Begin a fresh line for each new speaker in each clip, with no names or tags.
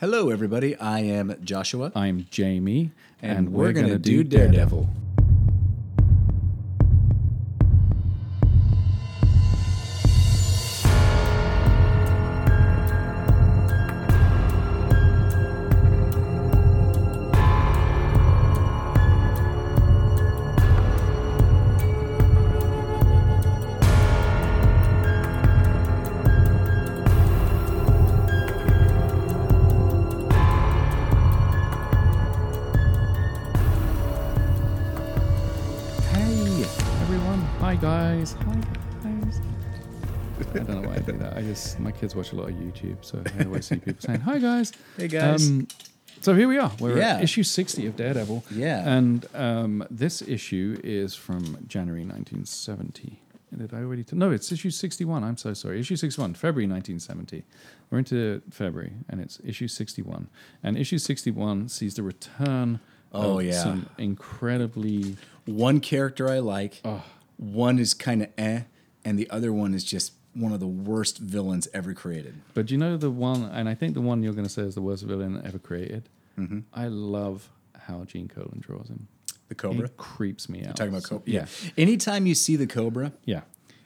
Hello, everybody. I am Joshua,
I'm Jamie,
and, we're, gonna, do Daredevil.
Hey, everyone! Hi, guys! Hi, guys! I don't know why I do that. I just my kids watch a lot of YouTube, so I always see people saying "Hi, guys!" Um,
Hey, guys.
so here we are. We're
Yeah.
at issue sixty of Daredevil.
Yeah.
and um, this issue is from January nineteen seventy. Did I already? T- no, it's issue sixty-one. I'm so sorry. Issue sixty-one, February nineteen seventy. We're into February, and it's issue sixty-one. And issue sixty-one sees the return.
Oh,
of
yeah.
some incredibly
One character I like, one is kind of eh, and the other one is just one of the worst villains ever created.
But you know the one, and I think the one you're going to say is the worst villain ever created.
Mm-hmm.
I love how Gene Colan draws him.
The Cobra.
It creeps me out.
Talking about Cobra.
Yeah,
Anytime you see the Cobra,
yeah.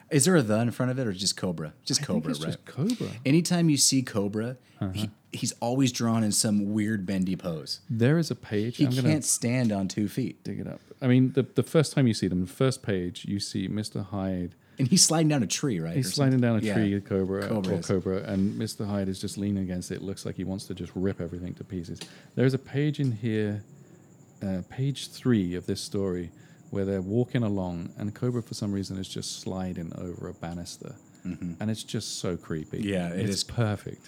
is there a the in front of it or just Cobra? Just
I think
Cobra,
it's
right?
just Uh-huh. Cobra.
Anytime you see Cobra, he, he's always drawn in some weird bendy pose.
There is a page.
He
I'm
can't
going to
stand on two feet.
dig it up. I mean, the the first time you see them, the first page, you see Mr. Hyde.
And he's sliding down a tree, right?
He's
or
sliding down a
something? Yeah.
tree, Cobra,
Cobra
or
is-
Cobra, and Mr. Hyde is just leaning against it. Looks like he wants to just rip everything to pieces. There is a page in here, uh, page three of this story, where they're walking along, and Cobra, for some reason, is just sliding over a banister. And it's just so creepy.
Mm-hmm. Yeah, it
it's
is.
perfect.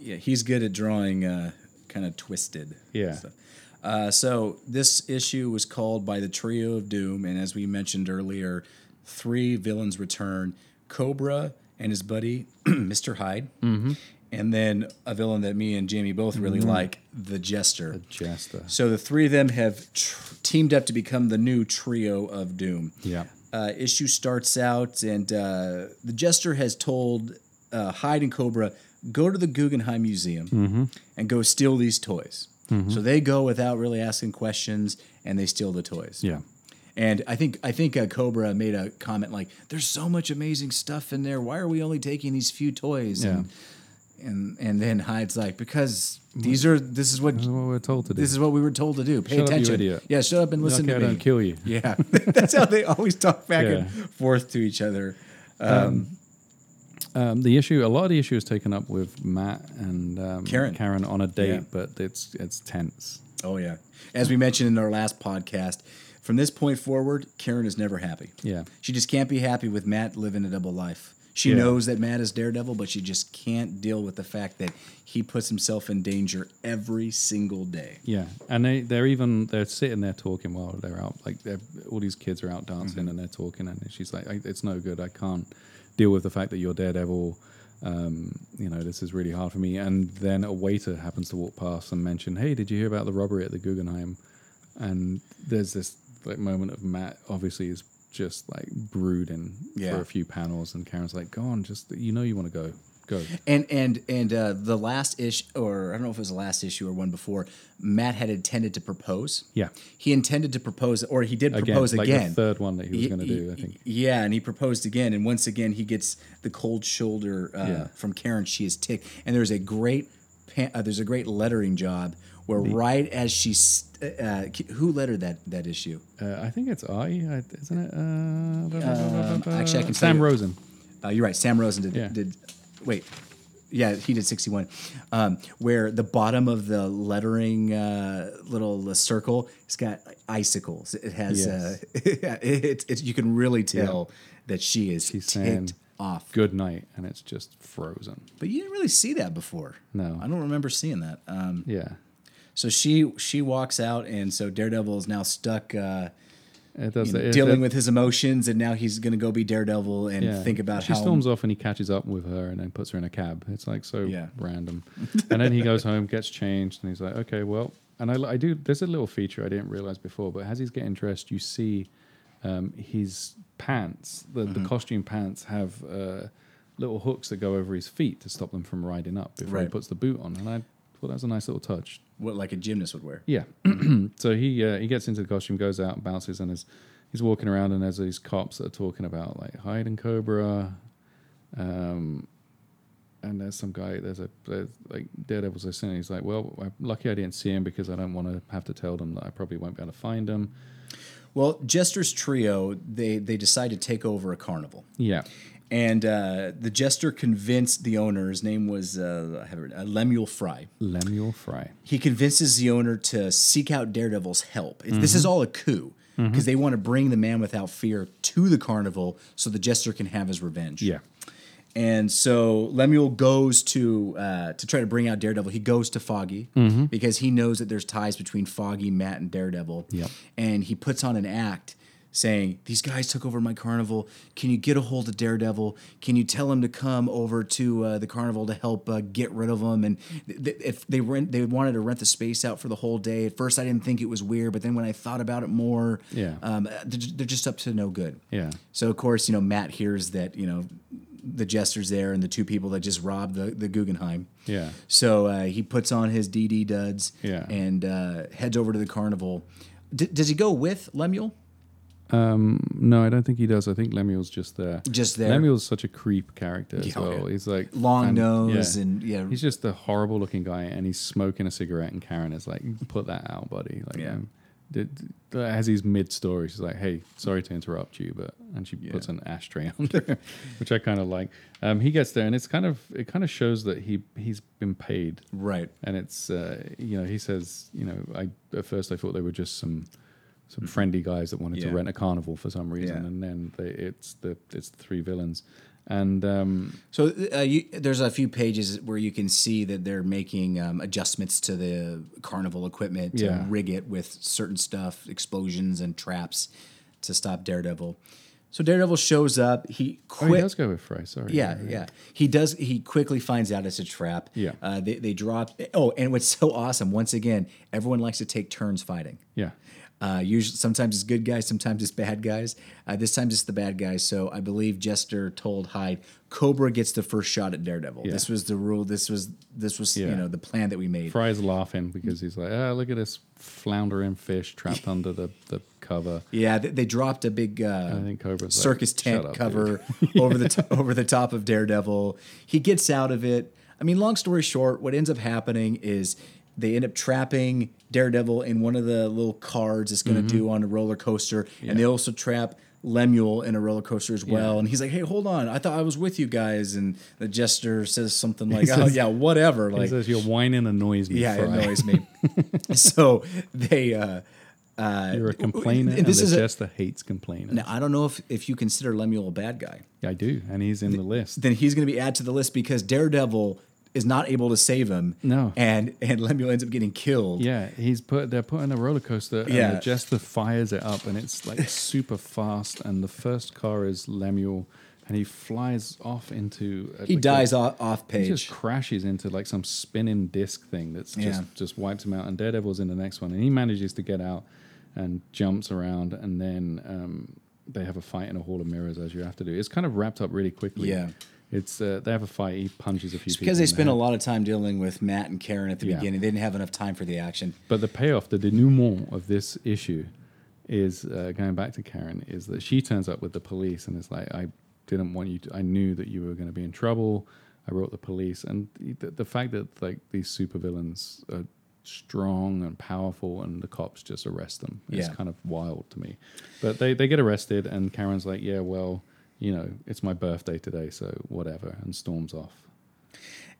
yeah, he's good at drawing uh, kind of twisted.
Yeah.
stuff. Uh, so this issue was called by the Trio of Doom, and as we mentioned earlier, three villains return: Cobra and his buddy Mr. Hyde, and then a villain that me and Jamie both really like, the Jester.
Jester.
So the three of them have tr- teamed up to become the new Trio of Doom.
Yeah.
Uh, issue starts out, and uh, the jester has told uh, Hyde and Cobra go to the Guggenheim Museum
Mm-hmm.
and go steal these toys. So they go without really asking questions, and they steal the toys.
Yeah.
And I think I think uh, Cobra made a comment like, "There's so much amazing stuff in there. Why are we only taking these few toys?"
Yeah.
And, and and then Hyde's like, "Because these are this is what
That's what we're told to do.
this is what we were told to do. Pay
Shut up, you
attention.
idiot.
Yeah, shut up and listen
Lucky
to
I
me.
don't kill you.
Yeah, that's how they always talk back and
Yeah.
forth to each other.
Um, the issue, a lot of the issue is taken up with Matt and um,
Karen.
Karen on a date,
Yeah.
but it's it's tense.
Oh yeah, as we mentioned in our last podcast, from this point forward, Karen is never happy.
Yeah.
she just can't be happy with Matt living a double life. She
Yeah.
knows that Matt is Daredevil, but she just can't deal with the fact that he puts himself in danger every single day.
Yeah, and they they're even they're sitting there talking while they're out. Like they're, all these kids are out dancing
Mm-hmm.
and they're talking, and she's like, I, "It's no good. I can't deal with the fact that you're Daredevil. Um, you know, this is really hard for me." And then a waiter happens to walk past and mention, "Hey, did you hear about the robbery at the Guggenheim?" And there's this like moment of Matt obviously is just like brooding
Yeah.
for a few panels, and Karen's like, "Go on, just you know you want to go, go."
And and and uh, the last issue, or I don't know if it was the last issue or one before, Matt had intended to propose.
Yeah.
he intended to propose, or he did
Again,
propose
like
again.
the third one that he was
Ye-
going to
ye-
do, I think.
Yeah, and he proposed again, and once again he gets the cold shoulder uh,
Yeah.
from Karen. She is ticked, and there's a great, pa- uh, there's a great lettering job where right as she, st- uh, uh, who lettered that that issue?
Uh, I think it's I, I- isn't it? Uh, blah, blah, blah, blah, blah, blah.
Um, actually, I can tell
Sam
you.
Rosen.
Uh, you're right. Sam Rosen did.
Yeah.
did wait. Yeah, he did 61, um, where the bottom of the lettering uh, little circle, it's got like, icicles. It has, uh, it's it's you can really tell that she is
She's saying-
ticked off.
Good night, and it's just frozen.
But you didn't really see that before.
No.
I don't remember seeing that. Um,
Yeah,
so she she walks out, and so Daredevil is now stuck uh,
it does. it-
dealing
it-
with his emotions, and now he's gonna go be Daredevil and
yeah.
think about
she
how
storms off, and he catches up with her, and then puts her in a cab. It's like so
Yeah.
random. and then he goes home, gets changed, and he's like, okay, well. And I, I do. There's a little feature I didn't realize before, but as he's getting dressed, you see um, his pants, the,
Mm-hmm.
the costume pants, have uh, little hooks that go over his feet to stop them from riding up before he
Right.
puts the boot on. And I thought that was a nice little touch.
What like a gymnast would wear.
Yeah. so he uh, he gets into the costume, goes out, and bounces, and is he's walking around, and there's these cops that are talking about like Hyde and Cobra, um, and there's some guy. There's a there's, like Daredevil's listening. He's like, well, I'm lucky I didn't see him because I don't want to have to tell them that I probably won't be able to find him.
Well, Jester's trio they they decide to take over a carnival.
Yeah.
And uh, the jester convinced the owner. His name was uh, I have it written, uh, Lemuel Fry.
Lemuel Fry.
He convinces the owner to seek out Daredevil's help. It's This is all a coup because they want to bring the man without fear to the carnival so the jester can have his revenge.
Yeah.
And so Lemuel goes to uh, to try to bring out Daredevil. He goes to Foggy
Mm-hmm.
because he knows that there's ties between Foggy, Matt, and Daredevil.
Yep.
And he puts on an act saying, "These guys took over my carnival. Can you get a hold of Daredevil? Can you tell him to come over to uh, the carnival to help uh, get rid of them?" And th- th- if they rent, they wanted to rent the space out for the whole day. At first, I didn't think it was weird, but then when I thought about it more,
Yeah.
um, they're ju- they're just up to no good.
Yeah.
So of course, you know, Matt hears that, you know, the jester's there and the two people that just robbed the, the Guggenheim.
Yeah.
So uh, he puts on his DD duds
Yeah.
and uh, heads over to the carnival. D- does he go with Lemuel?
No, I don't think he does. I think Lemuel's just there.
Just there.
Lemuel's such a creep character as
Yeah, oh,
well.
yeah.
He's like
Long
and-
nose and- yeah.
He's just a horrible looking guy, and he's smoking a cigarette. And Karen is like, "Put that out, buddy." Like,
Yeah.
um, did, as he's mid story, she's like, "Hey, sorry to interrupt you, but," and she puts an ashtray on there, which I kind of like. Um, he gets there, and it's kind of it kind of shows that he he's been paid
Right.
and it's uh, you know he says you know I at first I thought they were just some some friendly guys that wanted
Yeah.
to rent a carnival for some reason,
Yeah.
and then they, it's the it's the three villains, and um,
So uh, you, there's a few pages where you can see that they're making um, adjustments to the carnival equipment to
Yeah.
rig it with certain stuff, explosions and traps to stop Daredevil. So Daredevil shows up. He
oh, he
quit.
does go with Fry. Sorry,
Yeah, yeah. He does. He quickly finds out it's a trap.
Yeah.
Uh, they they drop. Oh, and what's so awesome? Once again, everyone likes to take turns fighting.
yeah.
Uh, usually, sometimes it's good guys, sometimes it's bad guys. Uh, this time it's the bad guys. So I believe Jester told Hyde, Cobra gets the first shot at Daredevil.
Yeah.
This was the rule. This was this was you
Yeah.
know the plan that we made.
Fry's laughing because he's like, ah, look at this floundering fish trapped under the, the cover.
yeah, they, they dropped a big uh,
I think Cobra's like,
circus
"Shut
tent
up,
cover over the t- over the top of Daredevil. He gets out of it. I mean, long story short, what ends up happening is they end up trapping Daredevil in one of the little cards it's going to
Mm-hmm.
do on a roller coaster, and they also trap Lemuel in a roller coaster as well. And he's like, "Hey, hold on, I thought I was with you guys." And the jester says something like, "Oh
says-
yeah, whatever."
He
Like,
says you're whining annoys me.
yeah, it
Fry.
annoys me. so they. uh
You're a complainer,
And
and,
this
the
is a-
Jester hates complainers.
now, I don't know if, if you consider Lemuel a bad guy.
I do, and he's in the list.
then he's going to be added to the list because Daredevil is not able to save him.
No.
and and Lemuel ends up getting killed.
Yeah, he's put. They're putting a roller coaster.
Yeah.
and the jester fires it up, and it's like super fast. And the first car is Lemuel, and he flies off into.
he dies off, off
He
page.
just crashes into like some spinning disc thing that's just
Yeah.
just wipes him out. And Daredevil's in the next one, and he manages to get out and jumps around, and then um, they have a fight in a hall of mirrors, as you have to do. It's kind of wrapped up really quickly.
Yeah.
It's uh, they have a fight. He punches a few. people
because they
in the
spent a
head.
lot of time dealing with Matt and Karen at the
Yeah.
beginning, they didn't have enough time for the action.
But the payoff, the denouement of this issue is uh, going back to Karen, is that she turns up with the police and is like, I didn't want you to, I knew that you were going to be in trouble. I wrote the police. And the, the fact that like these supervillains are strong and powerful and the cops just arrest them is
Yeah.
kind of wild to me. But they, they get arrested and Karen's like, yeah, well, you know, it's my birthday today, so whatever, and storms off.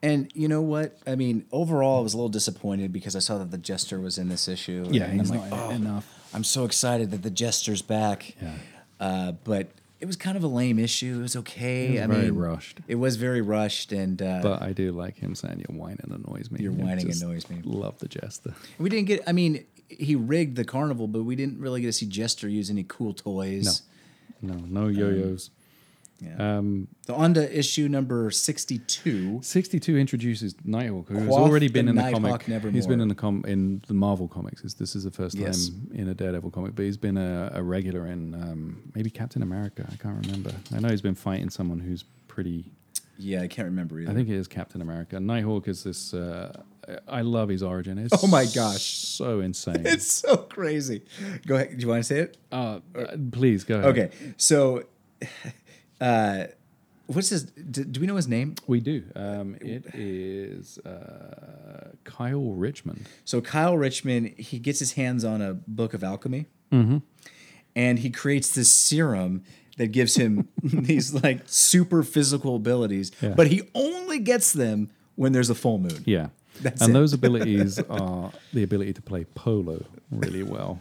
And you know what? I mean, overall, I was a little disappointed because I saw that the Jester was in this issue. and I'm like, "Oh,
enough.
I'm so excited that the Jester's back.
Yeah.
Uh, but it was kind of a lame issue. It was okay.
was
I
very
mean,
rushed.
It was very rushed, and uh,
But I do like him saying your whining annoys me.
Your
I
whining
just
annoys me.
Love the jester.
We didn't get. I mean, he rigged the carnival, but we didn't really get to see Jester use any cool toys.
No, no yo-yos.
Yeah. so on to issue number sixty-two.
62 introduces Nighthawk, who has
Quoth
already been
the
in the
Nighthawk
comic. He's
Nevermore.
been in the com- in the Marvel comics. It's- This is the first time
Yes.
in a Daredevil comic, but he's been a, a regular in um, maybe Captain America. I can't remember. I know he's been fighting someone who's pretty
Yeah, I can't remember either.
I think it is Captain America. Nighthawk is this uh, I love his origin. It's
Oh my gosh.
so insane.
It's so crazy. Go ahead. Do you want to say it?
uh, please go. Ahead.
Okay. So, uh, what's his? Do, do we know his name?
we do. Um, it is uh, Kyle Richmond.
So Kyle Richmond, he gets his hands on a book of alchemy,
Mm-hmm.
and he creates this serum that gives him these like super physical abilities.
Yeah.
But he only gets them when there's a full moon.
Yeah.
That's
and
it.
those abilities are the ability to play polo really well.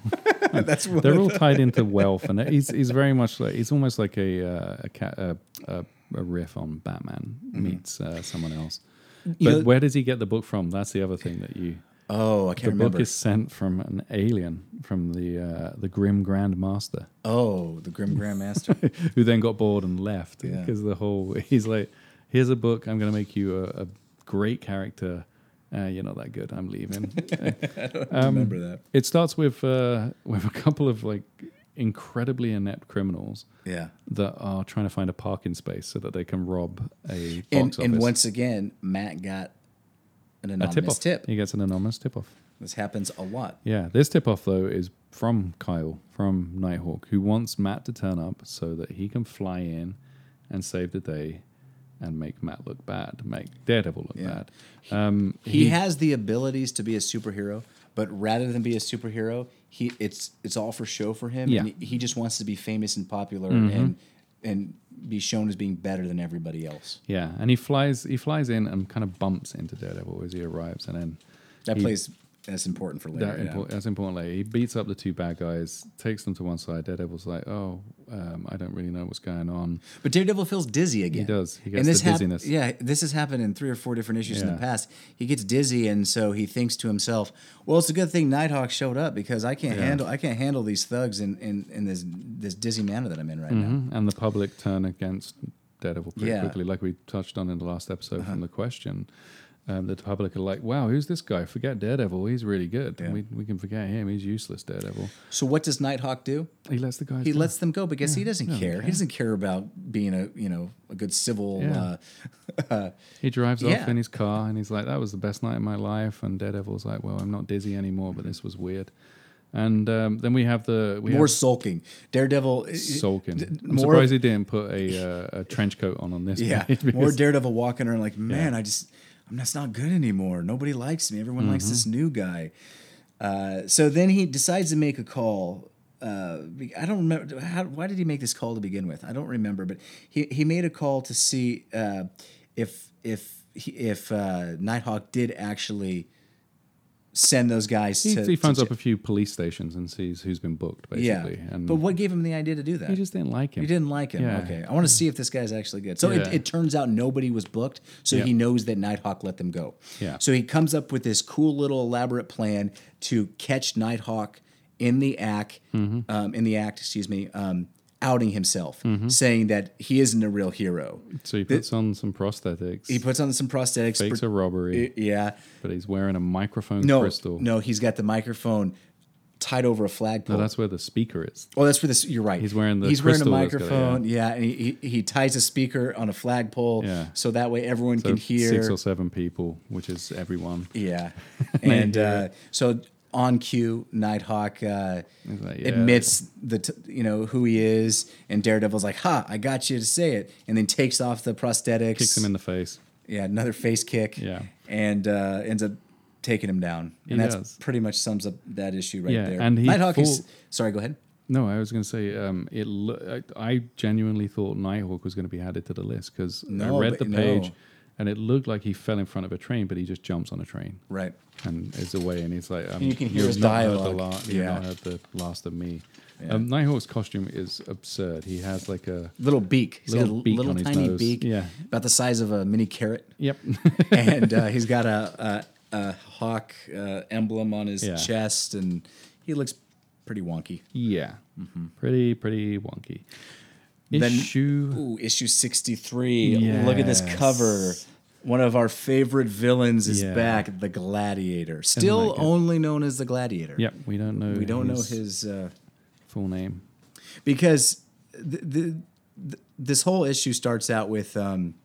That's what
They're all tied into wealth, and he's, he's very much like he's almost like a uh, a, ca- a, a a riff on Batman meets uh, someone else. But
Mm-hmm. know-
where does he get the book from? That's the other thing that you
Oh, I can't
the
remember.
book is sent from an alien from the uh, the Grim Grand Master,
oh, the Grim Grandmaster.
who then got bored and left
Yeah.
because the whole he's like, here's a book. I'm going to make you a, a great character. Uh, you're not that good. I'm leaving.
I
Um,
remember that.
It starts with uh, with a couple of like incredibly inept criminals
Yeah.
that are trying to find a parking space so that they can rob a box
And,
office.
and once again, Matt got an
a tip
anonymous
off.
tip.
He gets an anonymous tip off.
This happens a lot.
Yeah, this tip off though is from Kyle from Nighthawk, who wants Matt to turn up so that he can fly in and save the day and make Matt look bad, make Daredevil look
Yeah.
bad.
He, has the abilities to be a superhero, but rather than be a superhero, he it's it's all for show for him.
Yeah. Mm-hmm.
And he- he just wants to be famous and popular and and be shown as being better than everybody else.
Yeah, and he flies he flies in and kind of bumps into Daredevil as he arrives, and then
That
He-
plays that's important for later.
that
yeah.
impor- that's important. Later. He beats up the two bad guys, takes them to one side. Daredevil's like, "Oh, um, I don't really know what's going on."
But Daredevil feels dizzy again.
does. He gets the
hap-
dizziness.
yeah, this has happened in three or four different issues in
Yeah.
the past. He gets dizzy, and so he thinks to himself, "Well, it's a good thing Nighthawk showed up because I can't
Yeah.
handle I can't handle these thugs in, in, in this this dizzy manner that I'm in right
Hmm.
now."
Mm-hmm. And the public turn against Daredevil pretty
Yeah. Uh-huh.
quickly, like we touched on in the last episode from the question. Um, the public are like, "Wow, who's this guy? Forget Daredevil. He's really good.
Yeah.
We, we can forget him. He's useless. Daredevil.
So what does Nighthawk do?
He lets the guys.
He
go.
lets them go because he doesn't
no,
care.
okay.
He doesn't care about being a you know a good civil.
Yeah.
Uh,
He drives off
Yeah.
in his car and he's like, "That was the best night of my life." And Daredevil's like, "Well, I'm not dizzy anymore, but this was weird." And um, then we have the we
more
have
sulking. Daredevil. uh,
sulking. I'm
more-
surprised he didn't put a, uh, a trench coat on on this.
Yeah, more
page because-
Daredevil walking around like, man, I just, I'm just not good anymore. Nobody likes me. Everyone
Mm-hmm.
likes this new guy. Uh, so then he decides to make a call. Uh, be- I don't remember how, why did he make this call to begin with. I don't remember, but he, he made a call to see uh, if if he, if uh, Nighthawk did actually send those guys
he,
to.
he phones
to
up a few police stations and sees who's been booked,
j- yeah,
basically. and
but what gave him the idea to do that?
he just didn't like him.
You didn't like him.
Yeah.
Okay. I want to see if this guy's actually good. So
Yeah.
it, it turns out nobody was booked. So
Yeah.
he knows that Nighthawk let them go.
Yeah.
So he comes up with this cool little elaborate plan to catch Nighthawk in the act,
Mm-hmm.
um, in the act, excuse me, um, outing himself, saying that he isn't a real hero.
So he puts on some prosthetics.
He puts on some prosthetics.
fakes
pro-
a robbery,
yeah.
but he's wearing a microphone
No.
crystal.
No, he's got the microphone tied over a flagpole.
No, that's where the speaker is.
Oh, that's for this. You're right.
He's wearing the
he's wearing a
crystal that's got it,
microphone. yeah. and he, he he ties a speaker on a flagpole.
Yeah.
so that way everyone
So
can hear.
six or seven people, which is everyone.
yeah, and uh, so on cue, Nighthawk uh,
He's like, yeah.
admits the t- you know who he is, and Daredevil's like, "Ha, I got you to say it," and then takes off the prosthetics.
Kicks him in the face.
Yeah, another face kick.
Yeah.
and uh, ends up taking him down. And that's
does.
pretty much sums up that issue right
Yeah,
there.
and he
Nighthawk
fought-
is sorry. Go ahead.
No, I was going to say um, it. Lo- I, I genuinely thought Nighthawk was going to be added to the list because I
No,
read the
but-
page,
no.
and it looked like he fell in front of a train, but he just jumps on a train
Right.
and is away. And he's like, um,
You can hear
"You've
his
not heard
dialogue."
The la- You've
Yeah.
not heard the last of me. Um, Nighthawk's costume is absurd. He has like a
little beak. He's
Little
got a
beak
little
on his
tiny
nose.
beak,
Yeah.
about the size of a mini carrot,
yep.
and uh, he's got a, a, a hawk uh, emblem on his
Yeah.
chest, and he looks pretty wonky.
Yeah. Pretty, pretty wonky.
Mm-hmm. Then-
Issue.
Ooh, issue sixty three. Look at this
Yes.
cover. One of our favorite villains is
Yeah.
back, the Gladiator. Still
like it.
only known as the Gladiator.
Yep. We don't know.
We don't know his uh,
full name.
because the, the, th this whole issue starts out with um,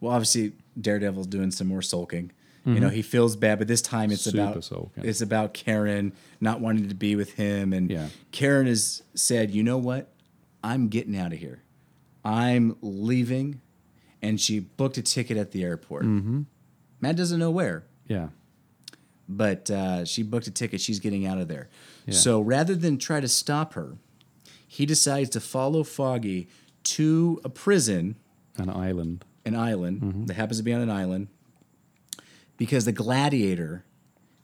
well obviously daredevil's doing some more sulking You know, he feels bad, but this time it's
Mm-hmm. Super
about
soul, yeah.
it's about Karen not wanting to be with him, and
Yeah.
Karen has said, "You know what? I'm getting out of here. I'm leaving," and she booked a ticket at the airport.
Mm-hmm.
Matt doesn't know where,
Yeah.
but uh, she booked a ticket. She's getting out of there.
Yeah.
So rather than try to stop her, he decides to follow Foggy to a prison,
An island.
an island that happens to be on an island, because the gladiator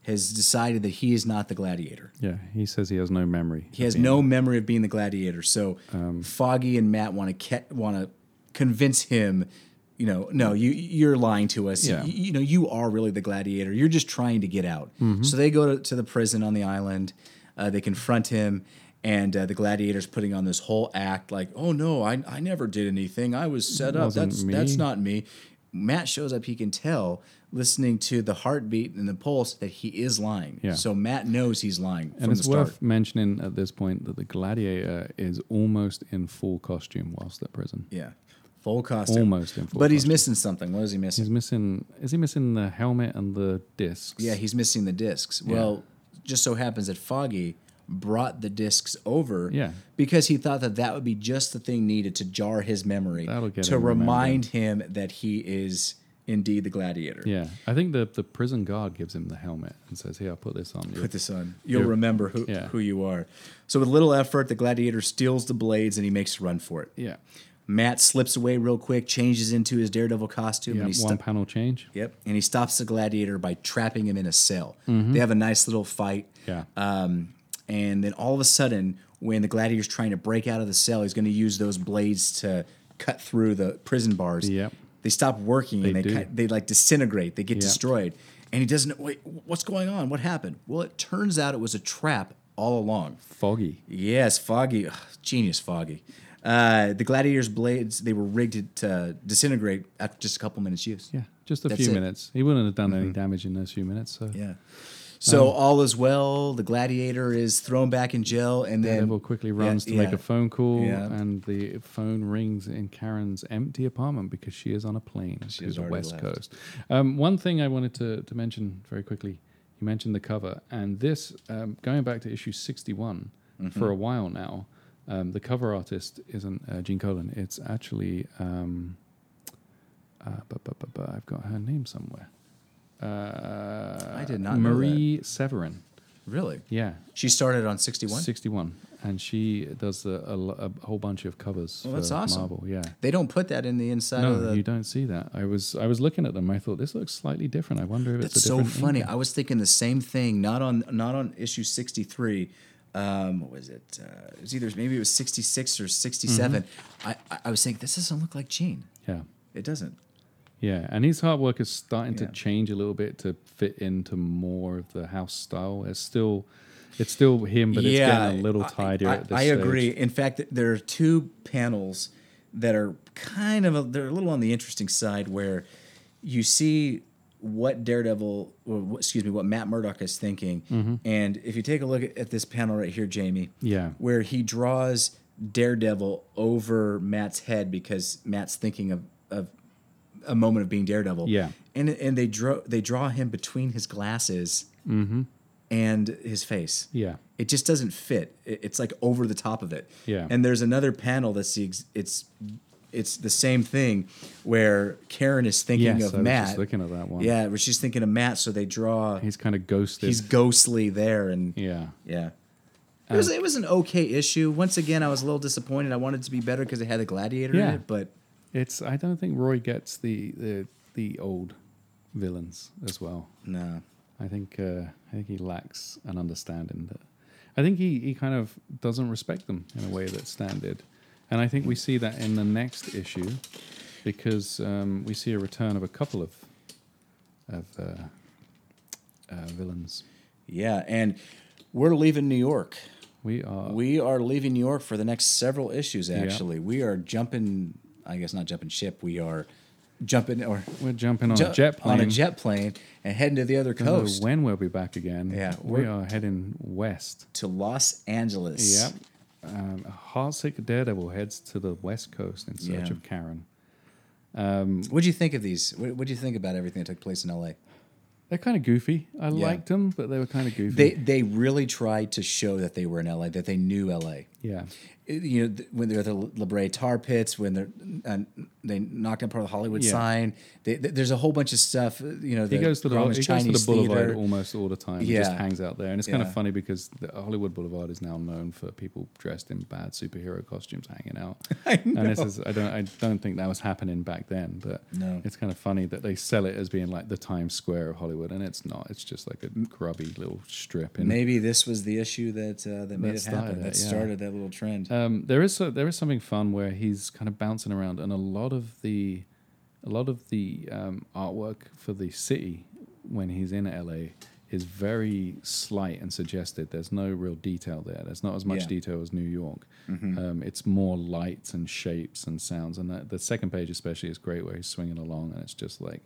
has decided that he is not the gladiator.
Yeah. He says he has no memory.
He has no memory of being the gladiator. So
Um,
Foggy and Matt want to ke- want to convince him. You know, no, you you're lying to us.
Yeah.
You, you know, you are really the gladiator. You're just trying to get out.
Mm-hmm.
So they go to, to the prison on the island. Uh, they confront him, and uh, the gladiator's putting on this whole act like, "Oh no, I I never did anything. I was set up.
Wasn't
That's
me."
that's not me." Matt shows up. He can tell, listening to the heartbeat and the pulse, that he is lying.
Yeah.
So Matt knows he's lying from
And it's
the start.
worth mentioning at this point that the gladiator is almost in full costume whilst at prison.
Yeah. Full costume.
Almost in Oh full
But he's
costume.
missing something. What is he missing?
He's missing. Is he missing the helmet and the discs?
yeah, he's missing the discs. Well, just so happens that Foggy brought the discs over
Yeah.
because he thought that that would be just the thing needed to jar his memory
That'll get
to
him
remind him that he is indeed the gladiator.
Yeah, I think the the prison guard gives him the helmet and says, "Here, I'll put this on." you."
Put this on. You'll
You're-
remember who,
yeah.
who you are. So, with little effort, the gladiator steals the blades and he makes a run for it.
yeah,
Matt slips away real quick, changes into his daredevil costume,
yeah.
and
One
he sto-
panel change.
Yep. And he stops the gladiator by trapping him in a cell.
Mm-hmm.
They have a nice little fight.
Yeah,
Um, and then all of a sudden, when the gladiator's trying to break out of the cell, he's going to use those blades to cut through the prison bars.
Yep.
They stop working
They
and they
do.
cut, they like disintegrate. They get
Yep.
destroyed. And he doesn't wait. What's going on? What happened? Well, it turns out it was a trap all along.
foggy.
Yes, Foggy, Ugh, genius Foggy. Uh, the gladiator's blades they were rigged to, to disintegrate after just a couple minutes use.
Yeah, just a
That's
few
it. Mm-hmm.
minutes. He wouldn't have done any damage in those few minutes. So
Yeah. So
Um,
all is well. The gladiator is thrown back in jail, and then
Neville quickly
Yeah,
runs to make
yeah.
a phone call,
Yeah.
and the phone rings in Karen's empty apartment because she is on a plane to
has
the
already
West
left.
Coast. Um, one thing I wanted to, to mention very quickly you mentioned the cover, and this, um, going back to issue 61
Mm-hmm.
for a while now, um, the cover artist isn't uh, Gene Colan, it's actually. Um, uh, bu- bu- bu- bu- I've got her name somewhere. Uh,
I did not know that.
Marie Severin.
Really,
Yeah,
she started on sixty-one.
61 and she does a, a lo- a whole bunch of covers
Well,
for
that's awesome.
marvel yeah
They don't put that in the inside
no
of the.
you don't see that i was i was looking at them i thought this looks slightly different i wonder if
That's
it's a
so
different
funny.
ink.
I was thinking the same thing. Not on not on issue sixty-three. Um, what was it? Uh, it was either maybe it was sixty-six or 67
Mm-hmm.
I, I I was thinking this doesn't look like Gene.
yeah
It doesn't.
yeah and his hard work is starting
Yeah.
to change a little bit to fit into more of the house style it's still it's still him but it's getting a little
I-
tidier
I,
at this
I
stage.
agree. In fact, th- there are two panels that are kind of a, they're a little on the interesting side where you see what Daredevil, or what, excuse me, what Matt Murdock is thinking, and if you take a look at, at this panel right here, Jamie,
Mm-hmm. Yeah.
where he draws Daredevil over Matt's head because Matt's thinking of of a moment of being Daredevil,
Yeah.
and and they draw they draw him between his glasses
Mm-hmm.
and his face,
yeah
it just doesn't fit. It- It's like over the top of it.
Yeah.
And there's another panel that's the ex- it's it's the same thing where Karen is thinking
yes i
of
was
Matt.
just looking at that one
yeah, where she's thinking of Matt, so they draw
he's kind of ghosted
he's ghostly there and
yeah Um,
yeah. It was it was an okay issue. Once again, I was a little disappointed. I wanted it to be better because it had the gladiator
Yeah.
in it, but
It's I don't think Roy gets the the, the old villains as well.
no.
I think uh, I think he lacks an understanding that I think he, he kind of doesn't respect them in a way that Stan did. And I think we see that in the next issue because um, we see a return of a couple of of uh, uh, villains.
Yeah, and we're leaving New York.
We are
We are leaving New York for the next several issues. Actually, we are jumping. I guess not jumping ship. We are jumping or
we're jumping on
ju-
a jet plane.
on a jet plane and heading to the other
I don't know
coast
when we'll be back again.
Yeah,
we
we're-
are heading west.
to Los Angeles.
Yep. Um, Heartsick Daredevil heads to the West Coast in search
Yeah.
of Karen.
What do you think of these? What do you think about everything that took place in L.A.?
They're kind of goofy. I liked them, but they were kind of goofy.
They they really tried to show that they were in LA, that they knew LA.
yeah.
It- You know, th- when they're at the La Brea tar pits, when they're uh, they knock down part of the Hollywood
Yeah.
sign. They, th there's a whole bunch of stuff. uh, You know, the
He goes to the
Grauman's
he goes to the
Chinese
boulevard
theater.
almost all the time. He just
Yeah.
hangs out there, and it's kind
Yeah.
of funny because the Hollywood Boulevard is now known for people dressed in bad superhero costumes hanging out. I know. And this is I don't I don't think that was happening back then, but
No.
it's kind of funny that they sell it as being like the Times Square of Hollywood, and it's not. It's just like a grubby little strip. In
Maybe this was the issue that uh, that made it
started
happen.
it,
that
yeah.
started that little trend.
um, there is so, there is something fun where he's kind of bouncing around, and a lot of the a lot of the um, artwork for the city when he's in LA is very slight and suggested. There's no real detail there. There's not as much
Yeah.
detail as New York. Um, it's more lights and shapes and sounds. And that, the second page especially is great where he's swinging along, and it's just like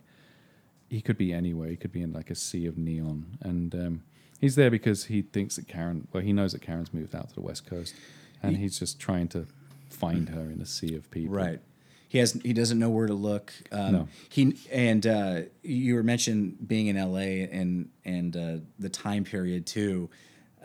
he could be anywhere. He could be in like a sea of neon, and um, he's there because he thinks that Karen. Well, he knows that Karen's moved out to the West Coast, and he's just trying to find her in a sea of people.
Right. He has. He doesn't know where to look. Um,
No.
He and uh, you were mentioned being in L.A. and and uh, the time period too.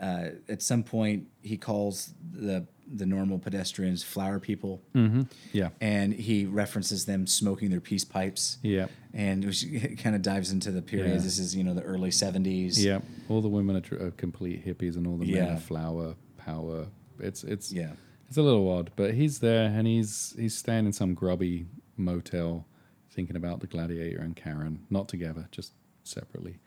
Uh, at some point, he calls the the normal pedestrians flower people,
Hmm. Yeah.
and he references them smoking their peace pipes.
Yeah.
And which kind of dives into the period.
Yeah.
This is you know the early seventies.
Yeah. All the women are, tr- are complete hippies, and all the men
Yeah.
are flower power. It's it's
Yeah.
It's a little odd, but he's there, and he's he's staying in some grubby motel, thinking about the gladiator and Karen, not together, just separately.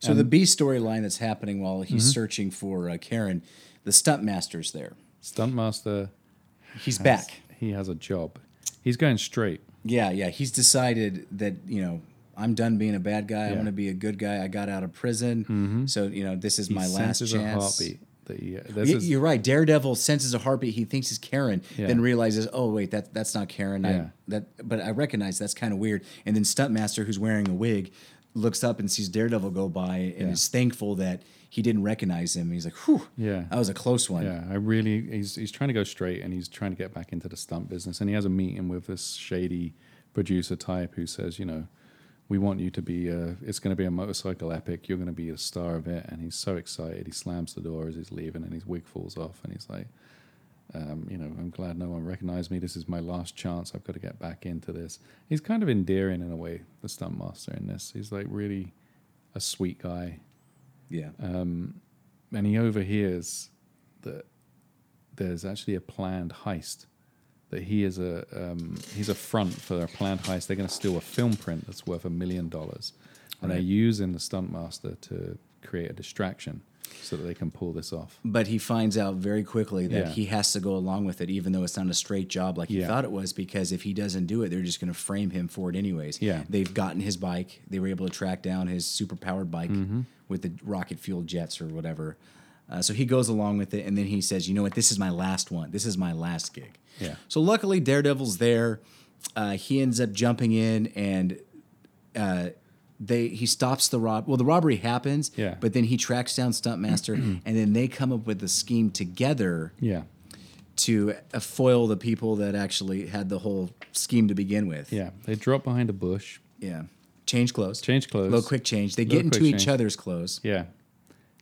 So the B storyline that's happening while he's
Mm-hmm.
searching for uh, Karen, the stunt master's there.
Stuntmaster
He's back.
He has a job. He's going straight.
Yeah, yeah. He's decided that, you know, I'm done being a bad guy. I
Yeah. Mm-hmm.
want to be a good guy. I got out of prison. So, you know, this is my last
senses a
chance.
heartbeat. That he, uh, this
Y-
is,
You're right. Daredevil senses a heartbeat. He thinks it's Karen,
Yeah.
then realizes, oh wait, that that's not Karen.
Yeah.
I, that, but I recognize that's kind of weird. And then Stuntmaster, who's wearing a wig, looks up and sees Daredevil go by and
Yeah.
is thankful that he didn't recognize him. He's like, whew,
Yeah.
that was a close one.
yeah, I really. He's he's trying to go straight, and he's trying to get back into the stunt business. And he has a meeting with this shady producer type who says, you know, we want you to be. A, it's going to be a motorcycle epic. You're going to be a star of it. And he's so excited. He slams the door as he's leaving, and his wig falls off, and he's like. Um, you know, I'm glad no one recognized me. This is my last chance. I've got to get back into this. He's kind of endearing in a way, the stunt master in this. He's like really a sweet guy
Yeah.
Uh, and he overhears that there's actually a planned heist. That he is a um, he's a front for a planned heist. They're going to steal a film print that's worth a million dollars, and they're using the stuntmaster to create a distraction so that they can pull this off.
but he finds out very quickly that
Yeah.
he has to go along with it, even though it's not a straight job like he
Yeah.
thought it was. Because if he doesn't do it, they're just going to frame him for it anyways.
Yeah.
they've gotten his bike. They were able to track down his super powered bike
Mm-hmm.
with the rocket fueled jets or whatever. Uh, so he goes along with it, and then he says, "You know what? This is my last one. This is my last gig."
Yeah.
So luckily, Daredevil's there. Uh, he ends up jumping in and they he stops the rob. Well, the robbery happens.
Yeah.
But then he tracks down Stuntmaster, and then they come up with a scheme together
Yeah,
to uh, foil the people that actually had the whole scheme to begin with.
yeah. They drop behind a bush,
Yeah. Change clothes.
change clothes,
Little quick change. They get
Little
into
quick
each
change.
other's clothes.
Yeah.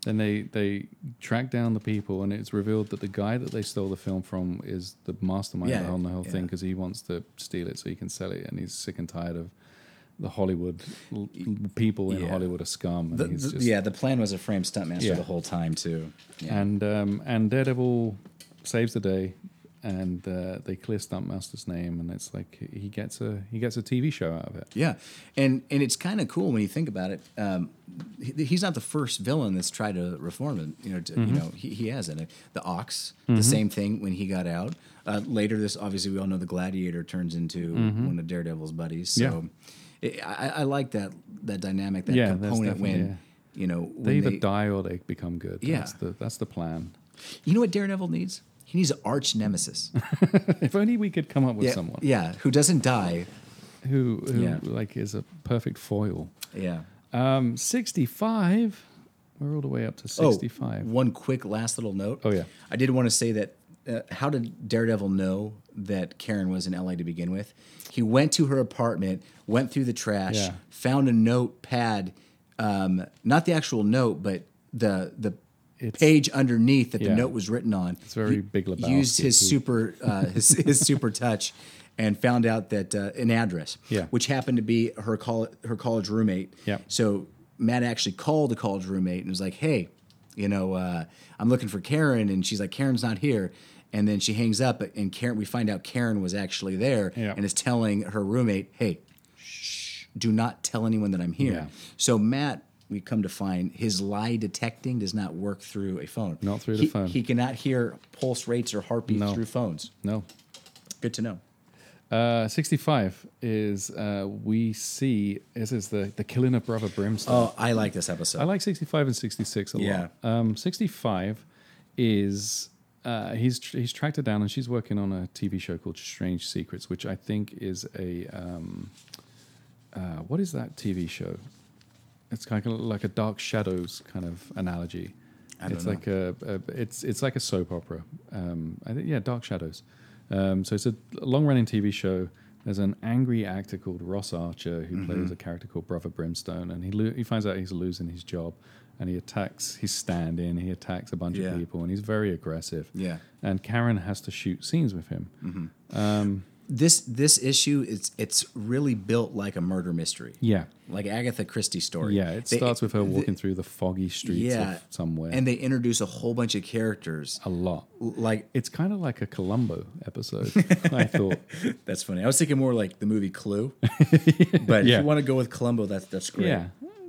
Then they they track down the people, and it's revealed that the guy that they stole the film from is the mastermind
Yeah,
behind the whole thing 'cause thing
yeah.
because he wants to steal it so he can sell it, and he's sick and tired of the Hollywood l- people in
Yeah.
Hollywood are scum, and
The-
he's
the-
just
yeah, the plan was to frame Stuntmaster
Yeah.
the whole time too. Yeah.
and um, and Daredevil saves the day, and uh, they clear Stuntmaster's name, and it's like he gets a he gets a TV show out of it.
Yeah, and and it's kind of cool when you think about it. Um, he- he's not the first villain that's tried to reform him. You know, to,
Mm-hmm.
you know, he, he has it. The Ox, the same thing when he got out. Uh, later, this obviously we all know the Gladiator turns into
Mm-hmm.
one of Daredevil's buddies. So, it, I, I like that that dynamic, that
Yeah, that's
component
definitely-
when
yeah.
you know
They
when
either
they,
die or they become good.
Yeah.
that's the that's the plan.
you know what Daredevil needs. He needs an arch nemesis.
If only we could come up with
yeah,
someone.
yeah, who doesn't die.
who, who
Yeah.
like is a perfect foil.
Yeah.
Um, 65. We're all the way up to
Oh,
65.
one quick last little note.
Oh, yeah.
I did want to say that. Uh, how did Daredevil know that Karen was in LA to begin with? He went to her apartment, went through the trash,
Yeah.
found a notepad um, not the actual note, but the the
It's-
page underneath that
yeah.
the note was written on. It's
very Big Lebowski.
Used his super uh, his, his super touch, and found out that uh, an address,
Yeah.
which happened to be her col- her college roommate.
Yep.
So Matt actually called the college roommate and was like, "Hey, you know, uh, I'm looking for Karen," and she's like, "Karen's not here." And then she hangs up, and Karen. We find out Karen was actually there,
Yeah.
and is telling her roommate, "Hey, do not tell anyone that I'm here.
Yeah.
So Matt, we come to find his lie detecting does not work through a phone.
Not through the
He-
phone.
He cannot hear pulse rates or heartbeats
No.
through phones.
No.
Good to know.
Uh, 65 is uh, we see, this is the, the killing of Brother Brimstone.
Oh, I like this episode.
I like 65 and 66 a
Yeah.
lot. Um, 65 is uh, he's tr- he's tracked her down and she's working on a TV show called Strange Secrets, which I think is a um, uh, what is that TV show? It's kind of like a Dark Shadows kind of analogy.
I don't
it's
know.
like a, a it's it's like a soap opera. Um, I think yeah, Dark Shadows. Um, so it's a long-running TV show. There's an angry actor called Ross Archer who
Mm-hmm.
plays a character called Brother Brimstone, and he lo- he finds out he's losing his job, and he attacks his stand-in. He attacks a bunch
Yeah.
of people, and he's very aggressive.
Yeah. Mm-hmm.
And Karen has to shoot scenes with him.
this this issue. It's it's really built like a murder mystery.
Yeah.
Like Agatha Christie story.
Yeah, it
They- e,
starts with her walking through the foggy streets
yeah,
of somewhere. Oh.
and they introduce a whole bunch of characters.
a lot.
Like
It's kind of like a Columbo episode, I thought.
that's funny. I was thinking more like the movie Clue, but
Yeah.
if you want to go with Columbo, that's that's great.
Yeah.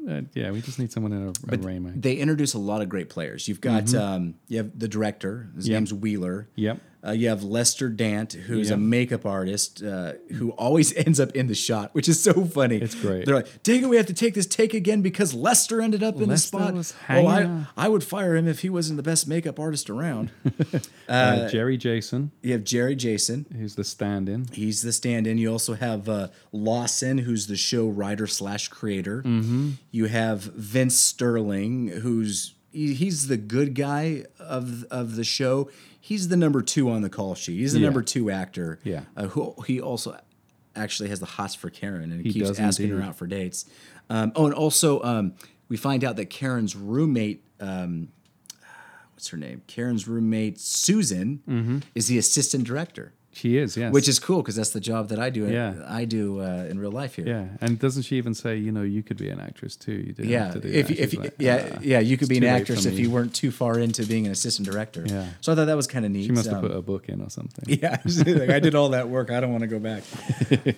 Uh, yeah, we just need someone in a, a Rayman.
they introduce a lot of great players. You've got
Mm-hmm.
um, you have the director. His
Yep.
name's Wheeler.
Yep.
Uh, you have Lester Dant, who's
Yep.
a makeup artist uh, who always ends up in the shot, which is so funny.
It's great.
They're like, "Dang it, we have to take this take again because Lester ended up in the
Lester
spot."
was
oh,
hanging out.
I, I would fire him if he wasn't the best makeup artist around.
Uh, Jerry Jason,
you have Jerry Jason.
who's the stand in.
He's the stand-in. You also have uh, Lawson, who's the show writer slash creator.
Mm-hmm.
You have Vince Sterling, who's he, he's the good guy of of the show. He's the number two on the call sheet. He's the
Yeah.
number two actor.
Yeah.
uh, who he also actually has the hots for Karen and keeps
does
asking her
indeed.
out for dates. Um, oh, and also um, we find out that Karen's roommate. Um, What's her name? Karen's roommate Susan
Mm-hmm.
is the assistant director
She is, yes.
which is cool because that's the job that I do.
Yeah.
I do uh, in real life here.
Yeah. And doesn't she even say, you know, you could be an actress too? You didn't
Yeah,
have to do
if,
that.
if
She's like,
yeah,
"Ah."
yeah, you could be an
too late
actress
for
if
me.
you weren't too far into being an assistant director.
Yeah.
So I thought that was kind of neat.
She must have
Um,
put a book in or something.
yeah, like, I did all that work. I don't want to go back.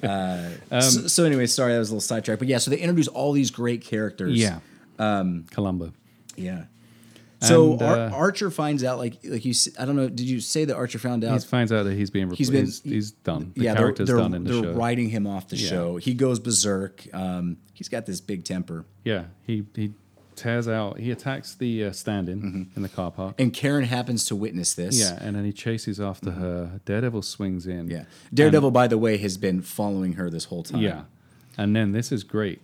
Uh,
Um,
so, so anyway, sorry, that was a little sidetrack. But yeah, so they introduce all these great characters.
Yeah. Um, Columbo.
yeah. So
And,
Ar-
uh,
Archer finds out, like, like you. s- I don't know. Did you say that Archer found
He
out?
finds out that he's being
He's
replaced.
been-
He's, he's done. The
they're-
character's
they're,
done in the
they're
show.
writing him off the show. He goes berserk. Um, he's got this big temper.
Yeah. He, he tears out, he attacks the uh, stand in
Mm-hmm.
in the car park.
And Karen happens to witness this.
Yeah, and then he chases after her. Daredevil swings in.
Mm-hmm. Yeah. Daredevil, by the way, has been following her this whole time.
Yeah, and then this is great.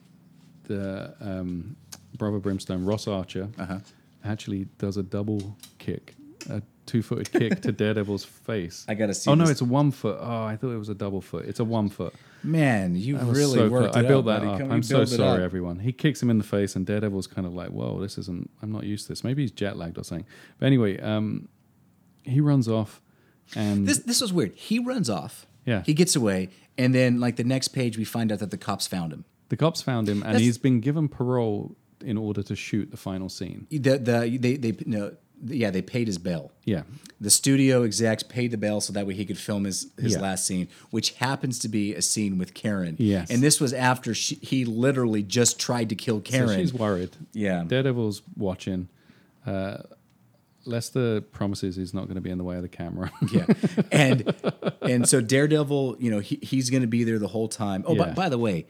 The um, brother Brimstone, Ross Archer,
Uh-huh.
actually does a double kick, a two-footed kick to Daredevil's face.
I gotta see
Oh no,
this.
it's a one foot. Oh, I thought it was a double foot. It's a one foot.
Man, you
That was
really
so
worked.
close.
it
I built
out,
that
buddy.
up.
Can we
I'm so
build it
sorry,
up?
everyone. He kicks him in the face, and Daredevil's kind of like, "Whoa, this isn't. I'm not used to this. Maybe he's jet lagged or something." But anyway, um, he runs off, and
This this was weird. He runs off.
Yeah.
He gets away, and then like the next page, we find out that the cops found him.
The cops found him, and
That's-
he's been given parole in order to shoot the final scene.
The the they they no yeah they paid his bail.
Yeah,
The studio execs paid the bail so that way he could film his, his
Yeah.
last scene, which happens to be a scene with Karen.
Yes.
And this was after she, he literally just tried to kill Karen.
so she's worried.
Yeah.
Daredevil's watching. Uh, Lester promises he's not going to be in the way of the camera.
yeah and and so daredevil you know he, he's going to be there the whole time oh
Yeah.
but by the way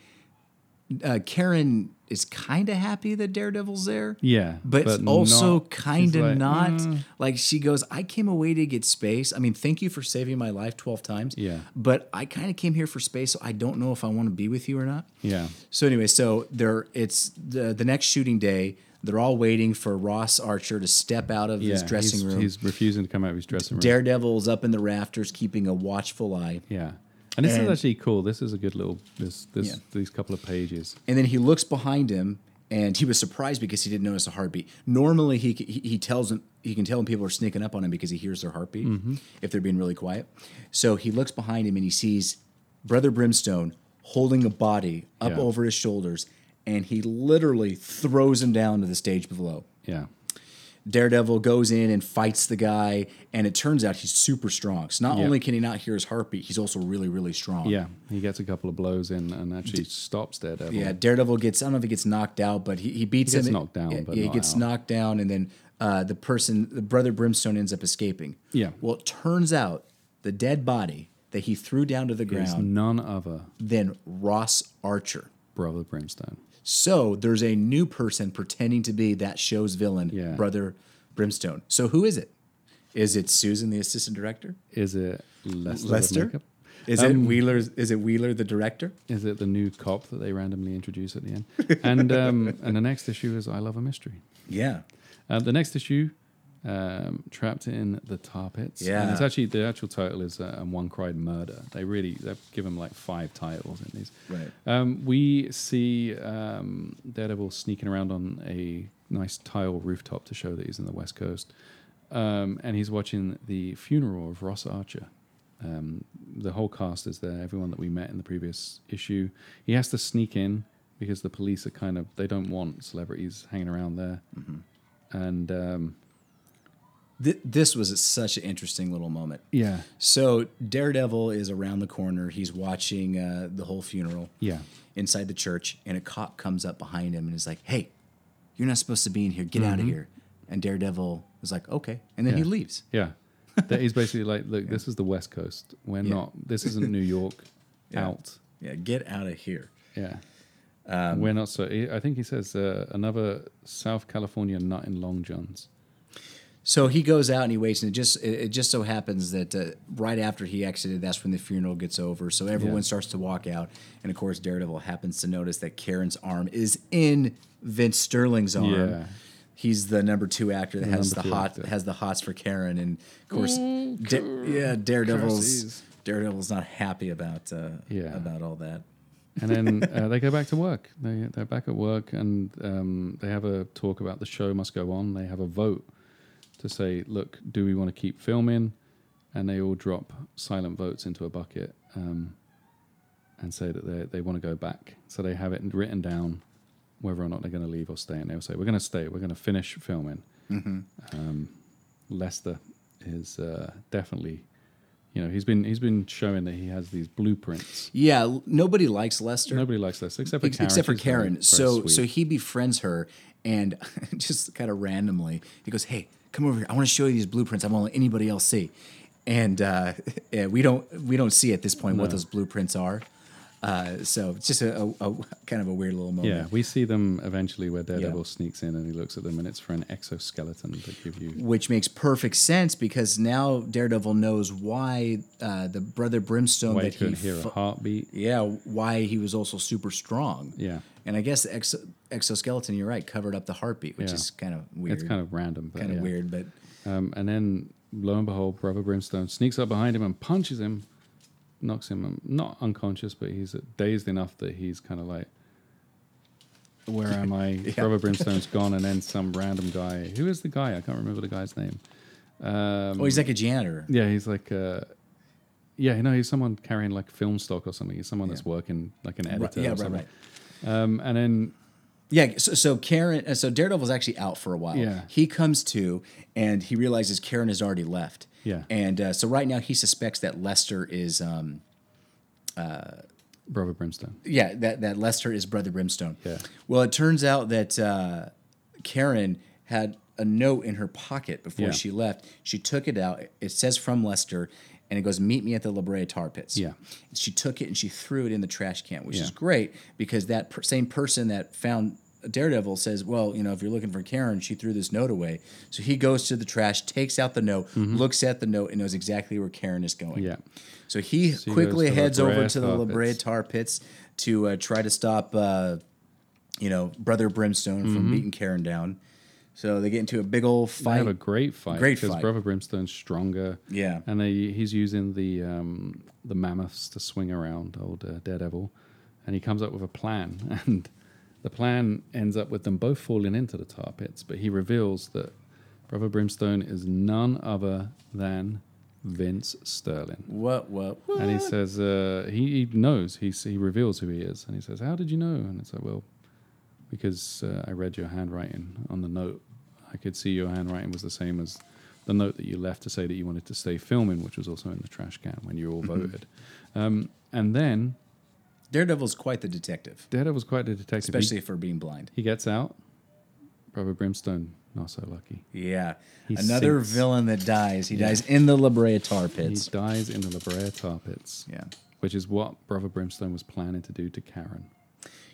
uh, karen is kind of happy that daredevil's there
Yeah,
but,
but
also
not-
kind
she's
of
like, "Mm."
not "Mm." like she goes i came away to get space i mean thank you for saving my life 12 times
Yeah.
but i kind of came here for space so i don't know if i want to be with you or not
yeah,
so anyway, so they're it's the the next shooting day. They're all waiting for Ross Archer to step out of
yeah.
his dressing
he's,
room.
He's refusing to come out of his dressing room.
Daredevil's up in the rafters, keeping a watchful eye.
yeah, and this
And-
is actually cool. This is a good little this this
Yeah.
these couple of pages.
And then he looks behind him and he was surprised because he didn't notice a heartbeat. Normally, he he, he tells him he can tell when people are sneaking up on him because he hears their heartbeat
Mm-hmm.
if they're being really quiet. So he looks behind him and he sees Brother Brimstone holding a body up
Yeah.
over his shoulders, and he literally throws him down to the stage below.
Yeah.
Daredevil goes in and fights the guy, and it turns out he's super strong. So not
Yeah.
only can he not hear his heartbeat, he's also really, really strong.
Yeah. He gets a couple of blows in and actually stops Daredevil.
Yeah, Daredevil gets. I don't know if he gets knocked out, but he, he beats
He gets
him.
knocked down,
Yeah,
but
yeah, he
not
gets
out.
knocked down, and then uh, the person, the brother Brimstone, ends up escaping.
Yeah.
Well, it turns out the dead body that he threw down to the
It's
ground,
none other
then Ross Archer.
brother Brimstone.
So there's a new person pretending to be that show's villain,
Yeah.
brother Brimstone. So who is it? Is it Susan, the assistant director?
Is it Lester? with
Lester?
makeup? Um,
Is it Wheeler? Is it Wheeler, the director?
Is it the new cop that they randomly introduce at the end? And um, and the next issue is I Love a Mystery.
Yeah.
Uh, the next issue, um, trapped in the tar pits. And
Yeah.
it's actually the actual title is uh, "And One Cried Murder." They really they give him like five titles in these.
Right.
Um, we see um, Daredevil sneaking around on a nice tile rooftop to show that he's in the West Coast, um, and he's watching the funeral of Ross Archer. Um, the whole cast is there. Everyone that we met in the previous issue, he has to sneak in because the police are kind of they don't want celebrities hanging around there. And um,
Th- this was such an interesting little moment.
yeah,
So Daredevil is around the corner. He's watching uh, the whole funeral
yeah,
inside the church, and a cop comes up behind him and is like, "Hey, you're not supposed to be in here. Get out of here!" And Daredevil is like, "Okay," and then he
Mm-hmm. Yeah.
leaves.
yeah. that he's basically like, look, this is the West Coast. We're
Yeah.
not. This isn't New York.
Yeah.
Out.
Yeah, get out of here.
Yeah.
Um,
We're not so. I think he says uh, another South California nut in Long Johns.
So he goes out and he waits, and it just it, it just so happens that uh, right after he exited, that's when the funeral gets over. So everyone
Yeah.
starts to walk out, and of course Daredevil happens to notice that Karen's arm is in Vince Sterling's arm.
Yeah.
He's the number two actor that has the
number two
hot
actor.
has the hots for Karen, and of course, Da- yeah, Daredevil's
curses.
Daredevil's not happy about uh,
Yeah.
about all that.
And then uh, they go back to work. They, they're back at work and um, they have a talk about the show must go on. They have a vote to say, look, do we want to keep filming? And they all drop silent votes into a bucket um, and say that they, they want to go back. So they have it written down whether or not they're going to leave or stay. And they'll say, we're going to stay. We're going to finish filming. Um, Lester is uh, definitely, you know, he's been he's been showing that he has these blueprints.
Yeah, l- nobody likes Lester.
Nobody likes this except for
Ex-
Karen.
E-, except for
She's very-
Karen.
very
So so
sweet.
he befriends her and just kind of randomly he goes, "Hey, come over here. I want to show you these blueprints. I won't let anybody else see." And uh, yeah, we don't we don't see at this point what those blueprints are. Uh, so it's just a, a, a kind of a weird little moment.
yeah, we see them eventually where Daredevil sneaks in and he looks at them and it's for an exoskeleton to give you.
Which makes perfect sense because now Daredevil knows why uh, the brother Brimstone
Why you
that he
couldn't hear
fu-
a heartbeat.
yeah why he was also super strong
Yeah.
and I guess the ex- exoskeleton you're right covered up the heartbeat which
Yeah.
is kind of weird
It's kind of random, but
kind of
yeah.
weird, but
Um, and then lo and behold, Brother Brimstone sneaks up behind him and punches him, knocks him um, not unconscious, but he's dazed enough that he's kind of like, "Where am I?" Brother Brimstone's gone, and then some random guy. Who is the guy? I can't remember the guy's name. Um,
oh, he's like a janitor.
Yeah, he's like, uh, yeah, no, he's someone carrying like film stock or something. He's someone that's working like an
Right,
editor.
yeah,
or
right,
something.
right.
Um, and then
Yeah. So, so Karen, uh, so Daredevil's actually out for a while.
Yeah.
He comes to, and he realizes Karen has already left.
Yeah.
And uh, so right now he suspects that Lester is, um,
Brother Brimstone.
yeah, that that Lester is Brother Brimstone.
Yeah.
Well, it turns out that uh, Karen had a note in her pocket before
Yeah.
she left. She took it out. It says from Lester, and it goes, "Meet me at the La Brea Tar Pits."
Yeah.
She took it and she threw it in the trash can, which is
Yeah.
great because that per- same person that found Daredevil says, "Well, you know, if you're looking for Karen, she threw this note away." So he goes to the trash, takes out the note,
Mm-hmm.
looks at the note, and knows exactly where Karen is going.
Yeah.
So he
he
quickly
goes to La
heads over
Brea
to the
Tar
La Brea
Pits.
Tar Pits to uh, try to stop, uh, you know, Brother Brimstone from beating Karen down. So they get into a big old
Mm-hmm. They have a
fight.
great fight.
Great
because
fight.
Brother Brimstone's stronger.
Yeah.
and they, he's using the um, the mammoths to swing around old uh, Daredevil, and he comes up with a plan. And The plan ends up with them both falling into the tar pits, but he reveals that Brother Brimstone is none other than Vince Sterling.
What? What? what?
And he says uh, he, he knows. He he reveals who he is, and he says, "How did you know?" And it's like, "Well, because uh, I read your handwriting on the note. I could see your handwriting was the same as the note that you left to say that you wanted to stay filming, which was also in the trash can when you all
Mm-hmm.
voted." Um, and then
Daredevil's quite the detective,
Daredevil was quite the detective. He-
especially for being blind.
he, gets out. Brother Brimstone, not so lucky.
Yeah,
He
another
sinks.
villain that dies. He dies in the La Brea tar pits.
He dies in the La Brea tar pits.
Yeah.
Which is what Brother Brimstone was planning to do to Karen.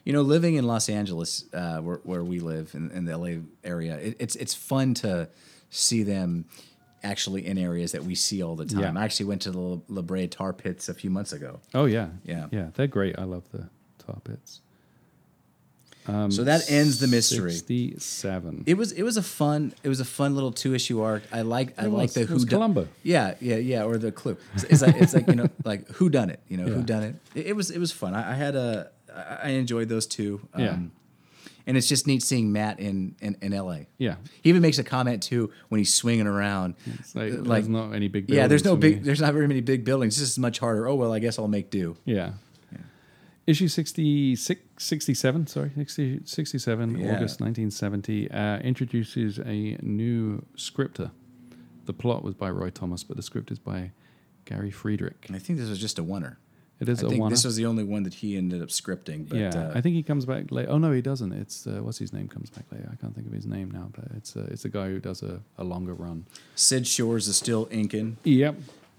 You know, living in Los Angeles, uh, where, where we live in, in the LA area, it, it's it's fun to see them actually in areas that we see all the time.
Yeah.
I actually went to the La- La Brea tar pits a few months ago.
Oh yeah,
Yeah.
yeah. They're great. I love the tar pits. Um,
So that ends the mystery.
Sixty-seven.
It was it was a fun it was a fun little two issue arc. I like I
It
like
was.
the
It
who
was Columbo.
Yeah, yeah, yeah, or the clue. It's, it's like it's like you know like who done it. You know
Yeah.
who done it. it. It was it was fun. I, I had a I I enjoyed those two. Um,
Yeah.
And it's just neat seeing Matt in in, in L.A.
yeah,
He even makes a comment too when he's swinging around.
it's like,
uh,
there's not any big.
yeah, there's
buildings
no
for
big,
me.
there's not very many big buildings. This is much harder. Oh well, I guess I'll make do.
Yeah. Issue 66, 67, sorry, 60, 67,
Yeah.
August 1970, uh, introduces a new scripter. The plot was by Roy Thomas, but the script is by Gary Friedrich.
And I think this was just a winner.
It is
I
a
think
one.
this was the only one that he ended up scripting. But
yeah,
uh,
I think he comes back later. Oh no, he doesn't. It's uh, what's his name comes back later. I can't think of his name now, but it's uh, it's a guy who does a, a longer run.
Sid Shores is still inking.
Yep.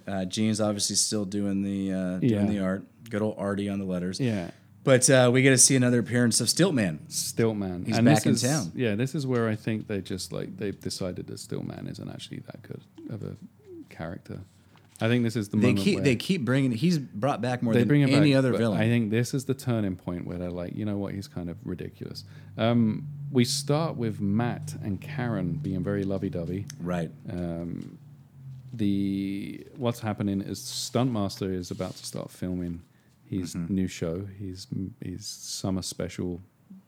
Uh, Gene's obviously still doing the uh, doing
Yeah.
the art. Good old Artie on the letters.
Yeah.
But uh, we get to see another appearance of Stiltman.
Stiltman.
He's
this
back in
is-
town.
Yeah, this is where I think they just like they've decided that Stiltman isn't actually that good of a character. I think this is the
They
moment
keep
where
they keep bringing. He's brought back more
they
than
bring him
any
back,
other
but
villain.
I think this is the turning point where they're like, you know what, he's kind of ridiculous. Um, we start with Matt and Karen being very lovey-dovey.
right.
the what's happening is Stuntmaster is about to start filming his
Mm-hmm.
new show, his his summer special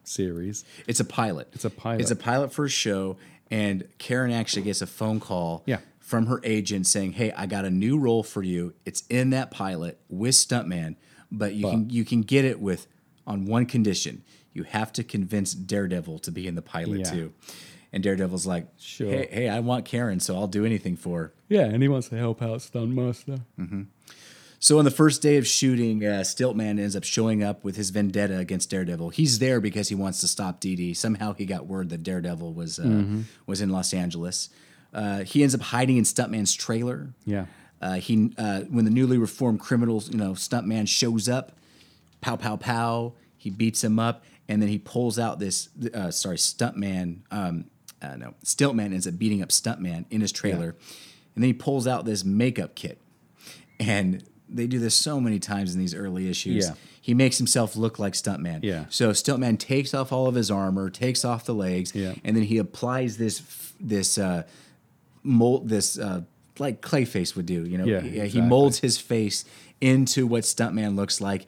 series.
It's a pilot.
It's a pilot.
It's a pilot for a show, and Karen actually gets a phone call
Yeah.
from her agent saying, "Hey, I got a new role for you. It's in that pilot with stuntman, but you can you can get it with on one condition: you have to convince Daredevil to be in the pilot
Yeah.
too." And Daredevil's like,
Sure.
"Hey, hey, I want Karen, so I'll do anything for her."
yeah, and he wants to help out Stuntmaster.
So on the first day of shooting, uh, Stiltman ends up showing up with his vendetta against Daredevil. He's there because he wants to stop Dee Dee. Somehow he got word that Daredevil was uh, was in Los Angeles. Uh, he ends up hiding in Stuntman's trailer.
Yeah,
Uh, he uh, when the newly reformed criminals, you know, Stuntman shows up, pow pow pow. He beats him up, and then he pulls out this. Uh, sorry, Stuntman. Um, uh, no, Stiltman ends up beating up Stuntman in his trailer, and then he pulls out this makeup kit, and they do this so many times in these early issues.
Yeah.
He makes himself look like Stuntman.
Yeah.
So Stuntman takes off all of his armor, takes off the legs,
Yeah.
and then he applies this f- this uh, mold this uh, like Clayface would do. You know,
Yeah,
he, he
exactly.
molds his face into what stuntman looks like,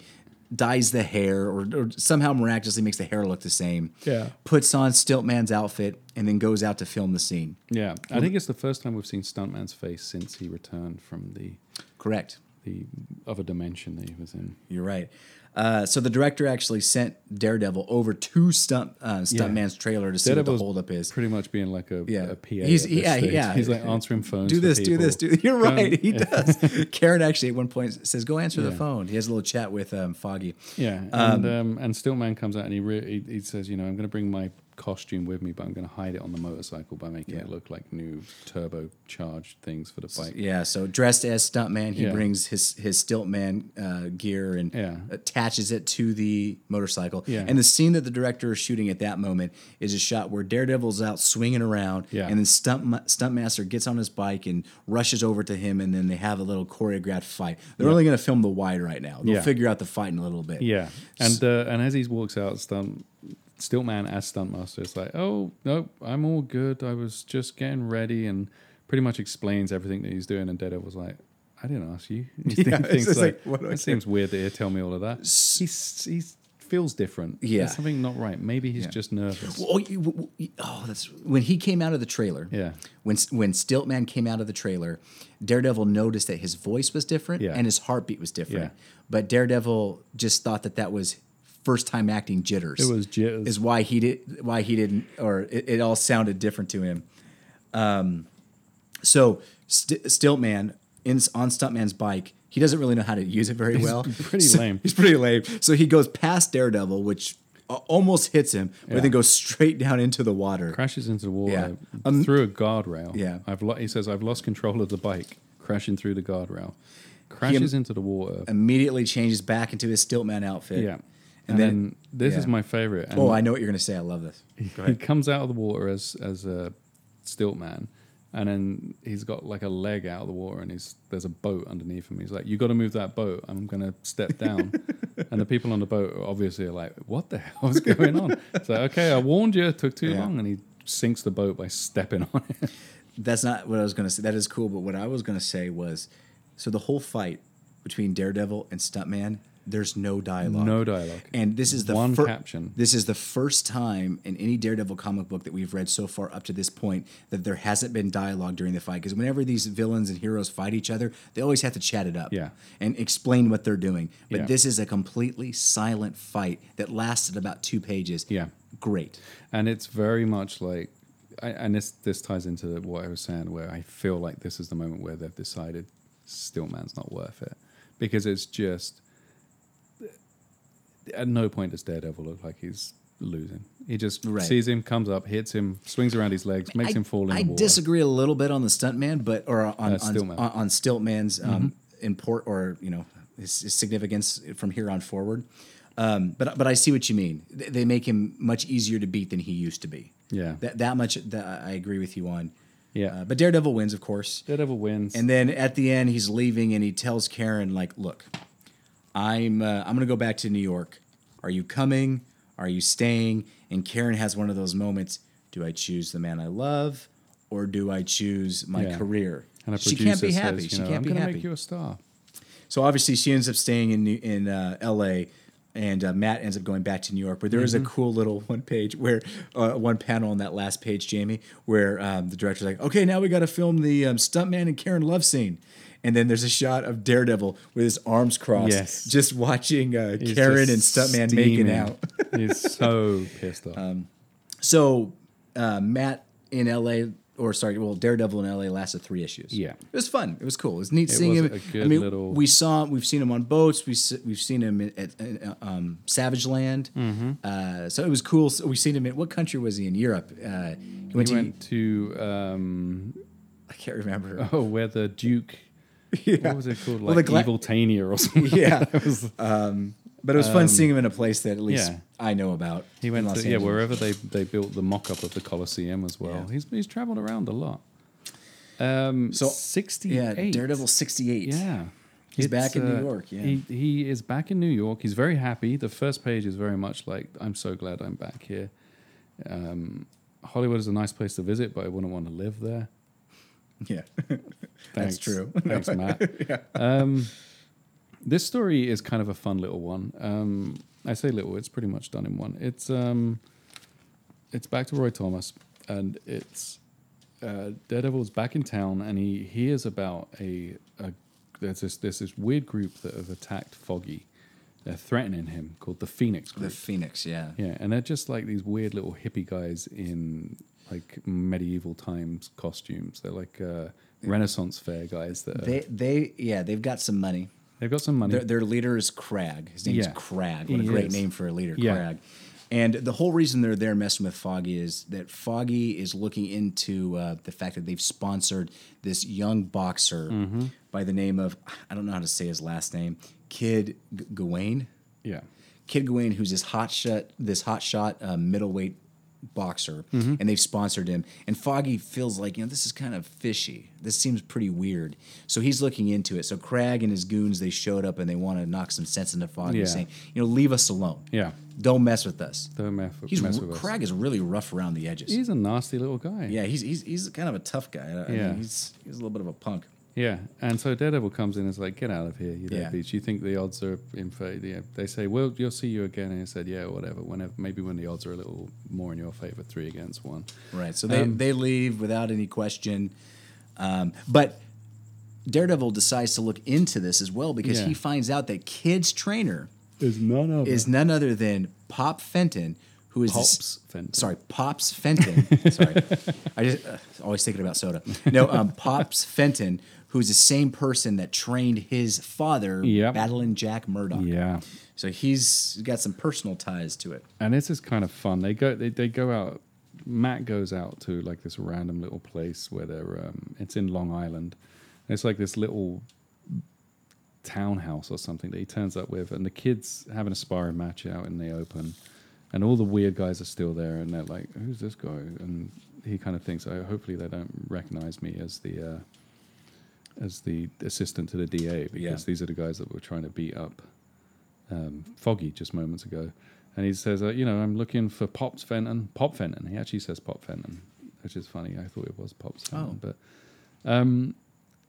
dyes the hair, or, or somehow miraculously makes the hair look the same.
Yeah.
puts on Stiltman's outfit and then goes out to film the scene.
yeah. I think it's the first time we've seen Stuntman's face since he returned from the
Correct.
the other dimension that he was in.
You're right. Uh, so the director actually sent Daredevil over to stunt uh, stuntman's trailer to see what
Daredevil's
the holdup is.
Pretty much being like a,
Yeah.
a PA.
He's-
at this
yeah,
stage.
yeah.
He's like answering phones.
do
for
this, do
people.
this, do this. You're
Go and-
right. He does. Karen actually at one point says, "Go answer the
Yeah.
phone." He has a little chat with um, Foggy.
Yeah, and um, and Stillman comes out and he, re- he he says, you know, I'm going to bring my costume with me, but I'm going to hide it on the motorcycle by making it
Yeah.
look like new turbocharged things for the bike.
Yeah, so dressed as stuntman, he
Yeah.
brings his his stiltman uh, gear and
Yeah.
attaches it to the motorcycle.
Yeah.
And the scene that the director is shooting at that moment is a shot where Daredevil's out swinging around,
Yeah.
and then stunt stuntmaster gets on his bike and rushes over to him, and then they have a little choreographed fight. They're only going to film the wide right now. They'll
Yeah.
figure out the fight in a little bit.
Yeah, and uh, and as he walks out, stunt Stiltman as stuntmaster is like, oh no, I'm all good. I was just getting ready, and pretty much explains everything that he's doing. And Daredevil's like, I didn't ask you. He
Yeah, it's
thinks
just
like,
like, what do I
that
care?"
seems weird that you tell me all of that. He's he's feels different.
Yeah.
There's something not right. Maybe he's
Yeah.
just nervous.
Oh, you- w- w- oh, that's when he came out of the trailer.
Yeah.
When when Stiltman came out of the trailer, Daredevil noticed that his voice was different
Yeah.
and his heartbeat was different.
Yeah.
But Daredevil just thought that that was first time acting jitters.
It was jitters.
Is why he did why he didn't or it, it all sounded different to him. Um, so St- Stiltman in on Stuntman's bike. He doesn't really know how to use it very well.
pretty
So-
lame.
He's pretty lame. So he goes past Daredevil, which a- almost hits him, but
Yeah.
then goes straight down into the water.
Crashes into the water
Yeah. Um,
through a guardrail.
Yeah.
I've lo- he says, I've lost control of the bike, crashing through the guardrail. Crashes into the water.
Immediately changes back into his Stiltman outfit.
yeah.
And, then,
this
yeah.
is my favorite. And
oh, I know what you're gonna say. I love this.
he comes out of the water as as a stilt man, and then he's got like a leg out of the water, and he's there's a boat underneath him. He's like, "You got to move that boat. I'm gonna step down." and the people on the boat are obviously are like, "What the hell is going on?" It's like, "Okay, I warned you. It took too
Yeah.
long," and he sinks the boat by stepping on it.
That's not what I was gonna say. That is cool, but what I was gonna say was, so the whole fight between Daredevil and Stuntman, there's no dialogue.
No dialogue.
And this is the
One
fir-
caption.
This is the first time in any Daredevil comic book that we've read so far up to this point that there hasn't been dialogue during the fight. Because whenever these villains and heroes fight each other, they always have to chat it up
Yeah.
and explain what they're doing. But
Yeah.
this is a completely silent fight that lasted about two pages.
Yeah.
Great.
and it's very much like I, and this this ties into what I was saying where I feel like this is the moment where they've decided Stillman's not worth it because it's just at no point does Daredevil look like he's losing. He just
Right.
sees him, comes up, hits him, swings around his legs, makes him fall in
I
the water.
disagree a little bit on the stuntman, but or on
Uh,
on,
Stiltman.
on, on Stiltman's um,
Mm-hmm.
import or you know his, his significance from here on forward. Um, but but I see what you mean. They, they make him much easier to beat than he used to be.
Yeah.
that that much that I agree with you on.
Yeah.
Uh, but Daredevil wins, of course.
Daredevil wins.
And then at the end, he's leaving, and he tells Karen, "Like, look, I'm uh, I'm gonna go back to New York. Are you coming? Are you staying?" And Karen has one of those moments: Do I choose the man I love, or do I choose my
Yeah.
career?
and a
she can't
producer
be
says,
happy.
you
she
know,
can't
I'm
be
gonna
happy.
make you a star.
So obviously, she ends up staying in New- in uh, L.A. And uh, Matt ends up going back to New York, but there is
Mm-hmm.
a cool little one page where uh, one panel on that last page, Jamie, where um, the director's like, "Okay, now we got to film the um, stuntman and Karen love scene," and then there's a shot of Daredevil with his arms crossed,
Yes.
just watching uh,
He's
Karen and
just
stuntman making
steaming.
out. Uh,
He's so pissed off.
So uh, Matt in L.A. or sorry, well, Daredevil in L.A. lasted three issues.
Yeah.
it was fun. It was cool. It was neat seeing
was
him.
a good
I mean,
little-
we saw we've seen him on boats. We s- we've seen him in, at, uh, um, Savage Land.
Mm-hmm.
Uh, so it was cool. So we've seen him in what country was he in Europe? Uh, he went to
he went to um,
I can't remember.
oh, where the Duke. What was it called?
Well,
Like
the gla-
Evil Tania or something.
yeah, Um, but it was fun seeing him in a place that at least
um, yeah.
I know about.
He
in
went
Los
to yeah
Angeles.
wherever they, they built the mock up of the Colosseum as well.
Yeah.
He's he's traveled around a lot. Um,
So,
so sixty
Yeah,
eight.
Daredevil sixty eight.
Yeah, uh,
He's back in New York, yeah.
he he is back in New York. He's very happy. The first page is very much like I'm so glad I'm back here. Um, Hollywood is a nice place to visit, but I wouldn't want to live there.
yeah,
Thanks.
that's true.
Thanks, Matt. um, this story is kind of a fun little one. Um, I say little; it's pretty much done in one. It's um, it's back to Roy Thomas, and it's uh, Daredevil's back in town, and he hears about a, a there's this there's this weird group that have attacked Foggy. They're threatening him, called the Phoenix Group.
The Phoenix. Yeah.
Yeah, and they're just like these weird little hippie guys in like medieval times costumes. They're like uh, Renaissance fair guys that are,
They, they, yeah, they've got some money.
they've got some money.
Their, their leader is Crag. His name is
Yeah.
Crag. What a
He
great
is.
name for a leader,
Yeah.
Crag. And the whole reason they're there messing with Foggy is that Foggy is looking into uh, the fact that they've sponsored this young boxer
Mm-hmm.
by the name of I don't know how to say his last name, Kid G- Gawain.
yeah,
Kid Gawain, who's this hot shot, this hot shot uh, middleweight boxer,
Mm-hmm.
and they've sponsored him. And Foggy feels like you know this is kind of fishy. This seems pretty weird. So he's looking into it. So Crag and his goons they showed up and they want to knock some sense into Foggy,
Yeah.
saying you know leave us alone.
yeah.
Don't mess with us.
Don't mess, with-
He's
mess with us.
Crag is really rough around the edges.
He's a nasty little guy.
yeah, he's he's he's kind of a tough guy. I- I mean,
Yeah.
he's he's a little bit of a punk.
Yeah, and so Daredevil comes in and is like, "Get out of here, you
Yeah.
yeah. bitch! You think the odds are in favor?" Yeah. They say, "Well, you'll see you again," and he said, "Yeah, whatever. Whenever, maybe when the odds are a little more in your favor, three against one."
Right. So they,
Um,
they leave without any question. Um, but Daredevil decides to look into this as well because
Yeah.
he finds out that Kid's trainer
Is none of
is none other than Pop Fenton, who is the s-
Pops Fenton.
Sorry, Pops Fenton. sorry, I just uh, always thinking about soda. No, um, Pops Fenton, who's the same person that trained his father,
Yep.
battling Jack Murdoch.
Yeah,
So he's got some personal ties to it.
and this is kind of fun. They go, they, they go out. Matt goes out to like this random little place where they're. Um, it's in Long Island. And it's like this little townhouse or something that he turns up with, and the kids having a sparring match out in the open, and all the weird guys are still there, and they're like, "Who's this guy?" And he kind of thinks, "Oh, hopefully they don't recognize me as the uh, as the assistant to the DA because
Yeah.
these are the guys that were trying to beat up um, Foggy just moments ago." And he says, uh, "You know, I'm looking for Pops Fenton. Pop Fenton. He actually says Pop Fenton, which is funny. I thought it was Pops Fenton,
Oh.
but." Um,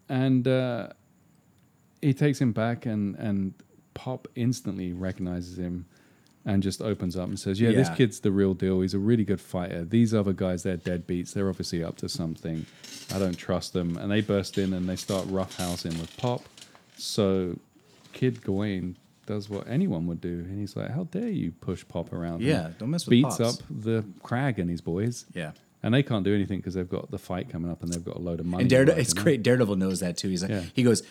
and uh, he takes him back and and pop instantly recognizes him and just opens up and says yeah, this
Yeah.
kid's the real deal he's a really good fighter these other guys they're deadbeats they're obviously up to something i don't trust them and they burst in and they start roughhousing with pop so kid gawain does what anyone would do and he's like how dare you push pop around and
Yeah, don't mess with
beats
Pops.
up the crag and his boys
Yeah.
and they can't do anything because they've got the fight coming up and they've got a load of money
And Daredevil,
riding
it's
on.
great. Daredevil knows that too. He's like,
Yeah.
he goes,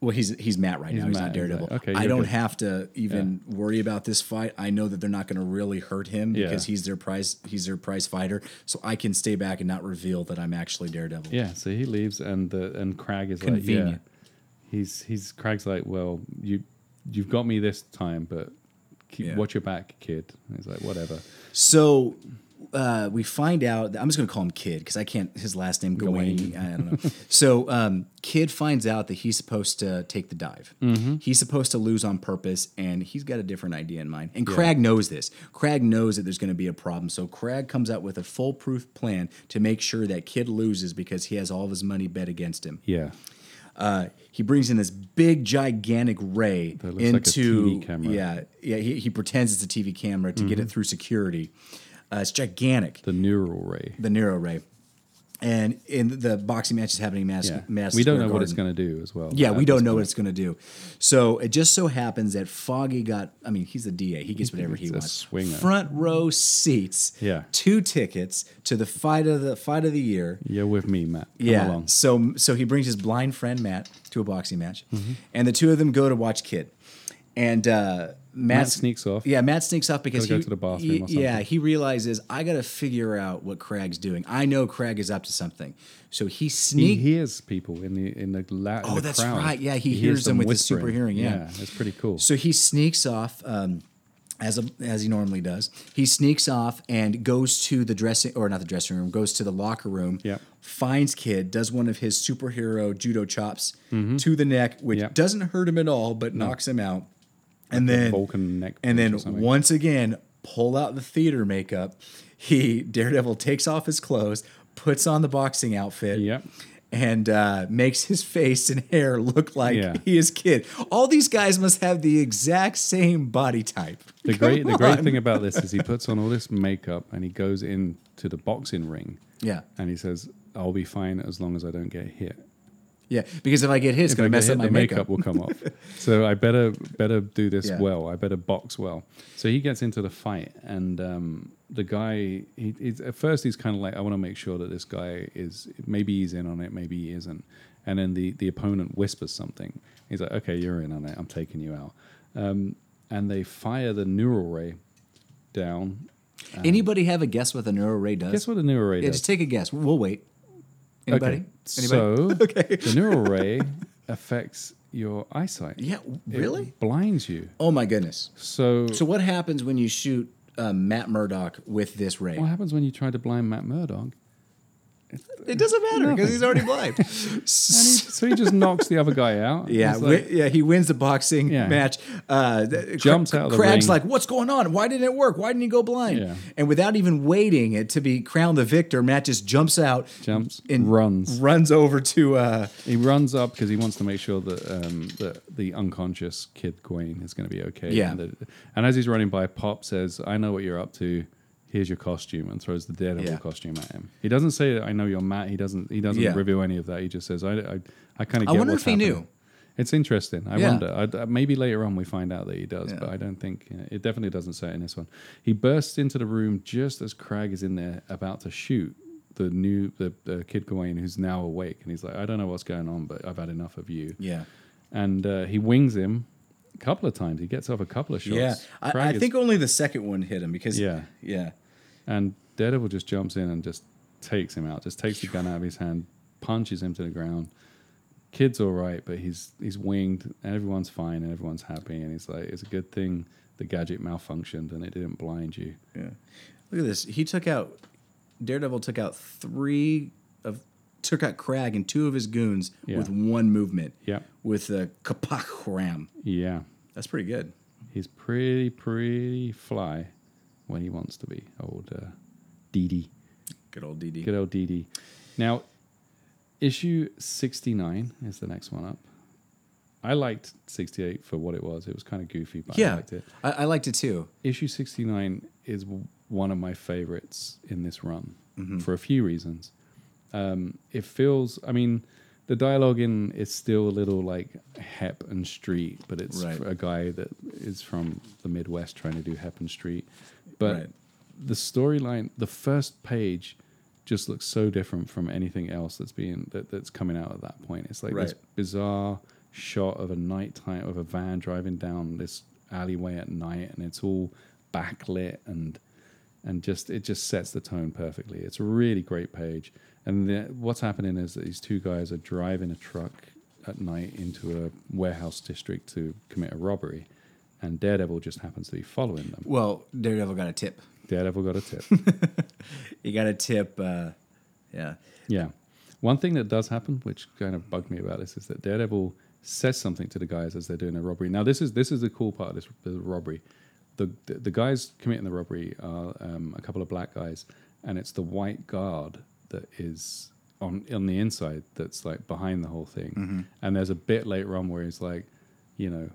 well, he's he's Matt right now. He's not
Matt. He's like,
Daredevil.
"Okay,
I
you're
don't
good."
have to even worry about this fight. I know that they're not going to really hurt him
Yeah.
because he's their prize. He's their prize fighter. So I can stay back and not reveal that I'm actually Daredevil.
Yeah, so he leaves, and the and Crag is like,
Convenient.
yeah. He's he's Crag's like, well, you you've got me this time, but keep,
Yeah.
watch your back, kid. And he's like, whatever.
So uh, we find out. That, I'm just going to call him Kid because I can't. His last name Gawain. I don't know. so um, Kid finds out that he's supposed to take the dive. He's supposed to lose on purpose, and he's got a different idea in mind. And Crag knows this. Crag knows that there's going to be a problem. So Crag comes out with a foolproof plan to make sure that Kid loses because he has all of his money bet against him.
Yeah,
Uh, he brings in this big gigantic ray
That looks like a
into
TV camera. Mm-hmm.
yeah yeah he, he pretends it's a TV camera to get it through security. Uh, it's gigantic
the neural ray.
the Nero ray, and in the boxing match is happening. in Madison,
Yeah,
Madison
we don't know
Square
what it's
Garden.
going to do as well.
Yeah,
at
we
this
don't know what
point.
it's going to do. So it just so happens that Foggy got, I mean, he's the DA. He gets whatever he
He's a
wants.
swinger.
Front row seats.
Yeah.
Two tickets to the fight of the fight of the year.
You're with me, Matt. Come
Yeah.
along.
So so he brings his blind friend Matt to a boxing match,
Mm-hmm.
and the two of them go to watch Kid. And uh,
Matt
Matt's,
sneaks off.
yeah, Matt sneaks off because
Gotta
he
go to the bathroom or
he- yeah,
something.
he realizes I got to figure out what Craig's doing. I know Craig is up to something, so he
He
sneaks.
hears people in the in the la- in
Oh,
the
that's
crowd.
right. Yeah, he hears them with his
whispering.
super hearing, yeah.
that's pretty cool.
so he sneaks off. Um, as, a, as he normally does, he sneaks off and goes to the dressing or not the dressing room, goes to the locker room.
Yep.
Finds kid, does one of his superhero judo chops
Mm-hmm.
to the neck, which
Yep.
doesn't hurt him at all, but knocks him out. And
Like a
then
Vulcan neck
and
pinch
then
or something.
once again, pull out the theater makeup. He Daredevil takes off his clothes, puts on the boxing outfit.
Yep.
And uh, makes his face and hair look like
Yeah.
he is kid. All these guys must have the exact same body type.
The
Come
great, the great
on.
thing about this is he puts on all this makeup and he goes into the boxing ring.
Yeah.
And he says, "I'll be fine as long as I don't get hit.
Yeah, because if I get hit, it's
If
gonna
I get
mess
hit,
up my
the
makeup.
will come off. so I better better do this
Yeah.
well. I better box well." So he gets into the fight, and um, the guy, he, he's, at first, he's kind of like, "I want to make sure that this guy is maybe he's in on it, maybe he isn't." And then the the opponent whispers something. He's like, "Okay, you're in on it. I'm taking you out." Um, and they fire the neural ray down
Anybody have a guess what the neuro ray does?
Uh, Guess what the neural ray
yeah,
does?
just take a guess. We'll wait. Anybody? Anybody?
Okay. So the neural ray affects your eyesight.
yeah,
It
really?
blinds you.
Oh my goodness.
So,
So what happens when you shoot uh, Matt Murdock with this ray?
what happens when you try to blind Matt Murdock?
It doesn't matter because he's already blind. S-
So he just knocks the other guy out.
yeah,
It's like,
wi- yeah, he wins the boxing
Yeah.
match. Uh, th-
Jumps
Cra-
out of the
Crag's
ring.
like, "What's going on? Why didn't it work? Why didn't he go blind?"
Yeah.
And without even waiting it to be crowned the victor, Matt just jumps out,
jumps
and
runs.
runs over to. Uh,
He runs up because he wants to make sure that um, that the unconscious kid Gwen is going to be okay.
Yeah.
And, that- and as he's running by, Pop says, "I know what you're up to. Here's your costume," and throws the Daredevil
Yeah.
costume at him. He doesn't say, "I know you're Matt." He doesn't. He doesn't
Yeah.
reveal any of that. He just says, "I, I, I kind of."
I
get
wonder
what's
if he knew.
happening." It's interesting. I
Yeah.
wonder. I, I- maybe later on we find out that he does,
Yeah.
but I don't think it definitely doesn't say it in this one. He bursts into the room just as Crag is in there about to shoot the new the, the kid Gawain, who's now awake, and he's like, "I don't know what's going on, but I've had enough of you."
yeah,
And uh, he wings him a couple of times. He gets off a couple of shots.
yeah. I, I
Krag is-
think only the second one hit him because.
Yeah.
yeah.
and Daredevil just jumps in and just takes him out. Just takes the gun out of his hand, punches him to the ground. Kid's all right, but he's he's winged. And everyone's fine and everyone's happy. And he's like, it's a good thing the gadget malfunctioned and it didn't blind you.
Yeah. Look at this. He took out Daredevil took out three of took out Crag and two of his goons
Yeah.
with one movement.
Yeah.
With a kapak ram.
Yeah,
That's pretty good.
he's pretty pretty fly when he wants to be. Old uh, DD,
Good old DD.
good old DD. Now, issue sixty nine is the next one up. I liked sixty eight for what it was. It was kind of goofy, but I
yeah.
liked it.
I, I liked it too.
issue 69 is w- one of my favorites in this run
Mm-hmm.
for a few reasons. Um, it feels, I mean, the dialogue in is still a little like hep and street, but it's
Right.
a guy that is from the Midwest trying to do hep and street. But
Right.
the storyline, the first page just looks so different from anything else that's being that, that's coming out at that point. It's like this
Right.
bizarre shot of a nighttime of a van driving down this alleyway at night and it's all backlit and and just it just sets the tone perfectly it's a really great page and the, what's happening is that these two guys are driving a truck at night into a warehouse district to commit a robbery and daredevil just happens to be following them
Well, Daredevil got a tip.
daredevil got a tip
He got a tip, uh, yeah.
Yeah. One thing that does happen, which kind of bugged me about this, is that Daredevil says something to the guys as they're doing a robbery. Now, this is this is the cool part of this the robbery. The, the the guys committing the robbery are um, a couple of black guys, and it's the white guard that is on on the inside that's like behind the whole thing. And there's a bit later on where he's like, you know,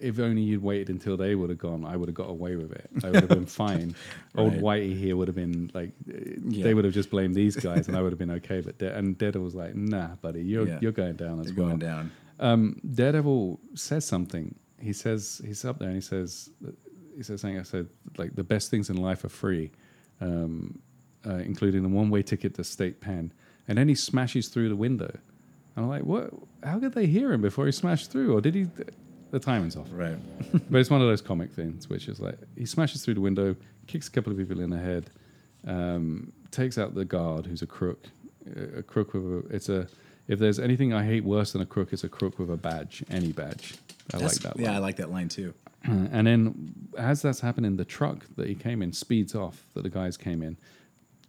if only you'd waited until they would have gone, I would have got away with it. I would have been fine. Old Whitey here would have been like, eh,
Yeah.
they would have just blamed these guys, and I would have been okay. But De- and Daredevil was like, nah, buddy, you're
Yeah.
you're going down as
They're
well.
going down.
Um, Daredevil says something. He says he's up there and he says he says something. I said like the best things in life are free, um, uh, including the one-way ticket to state pen. And then he smashes through the window. And I'm like, what? How could they hear him before he smashed through? Or did he? The timing's off
Right.
but it's one of those comic things, which is like he smashes through the window, kicks a couple of people in the head, um, takes out the guard who's a crook, a a crook with a. It's a. If there's anything I hate worse than a crook, it's a crook with a badge, any badge. I
That's-
like that.
Yeah,
line.
I like that line too.
Uh, and then as that's happening, the truck that he came in speeds off, that the guys came in,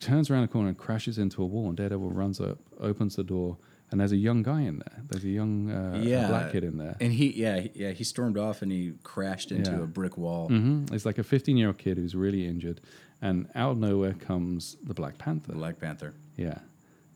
turns around a corner and crashes into a wall. And Daredevil runs up, opens the door, and there's a young guy in there. There's a young uh,
Yeah.
black kid in there.
And he, yeah, he- yeah, he stormed off and he crashed into
Yeah.
a brick wall.
Mm-hmm. It's like a 15 year old kid who's really injured, and out of nowhere comes the Black
The
Panther.
Black Panther.
Yeah.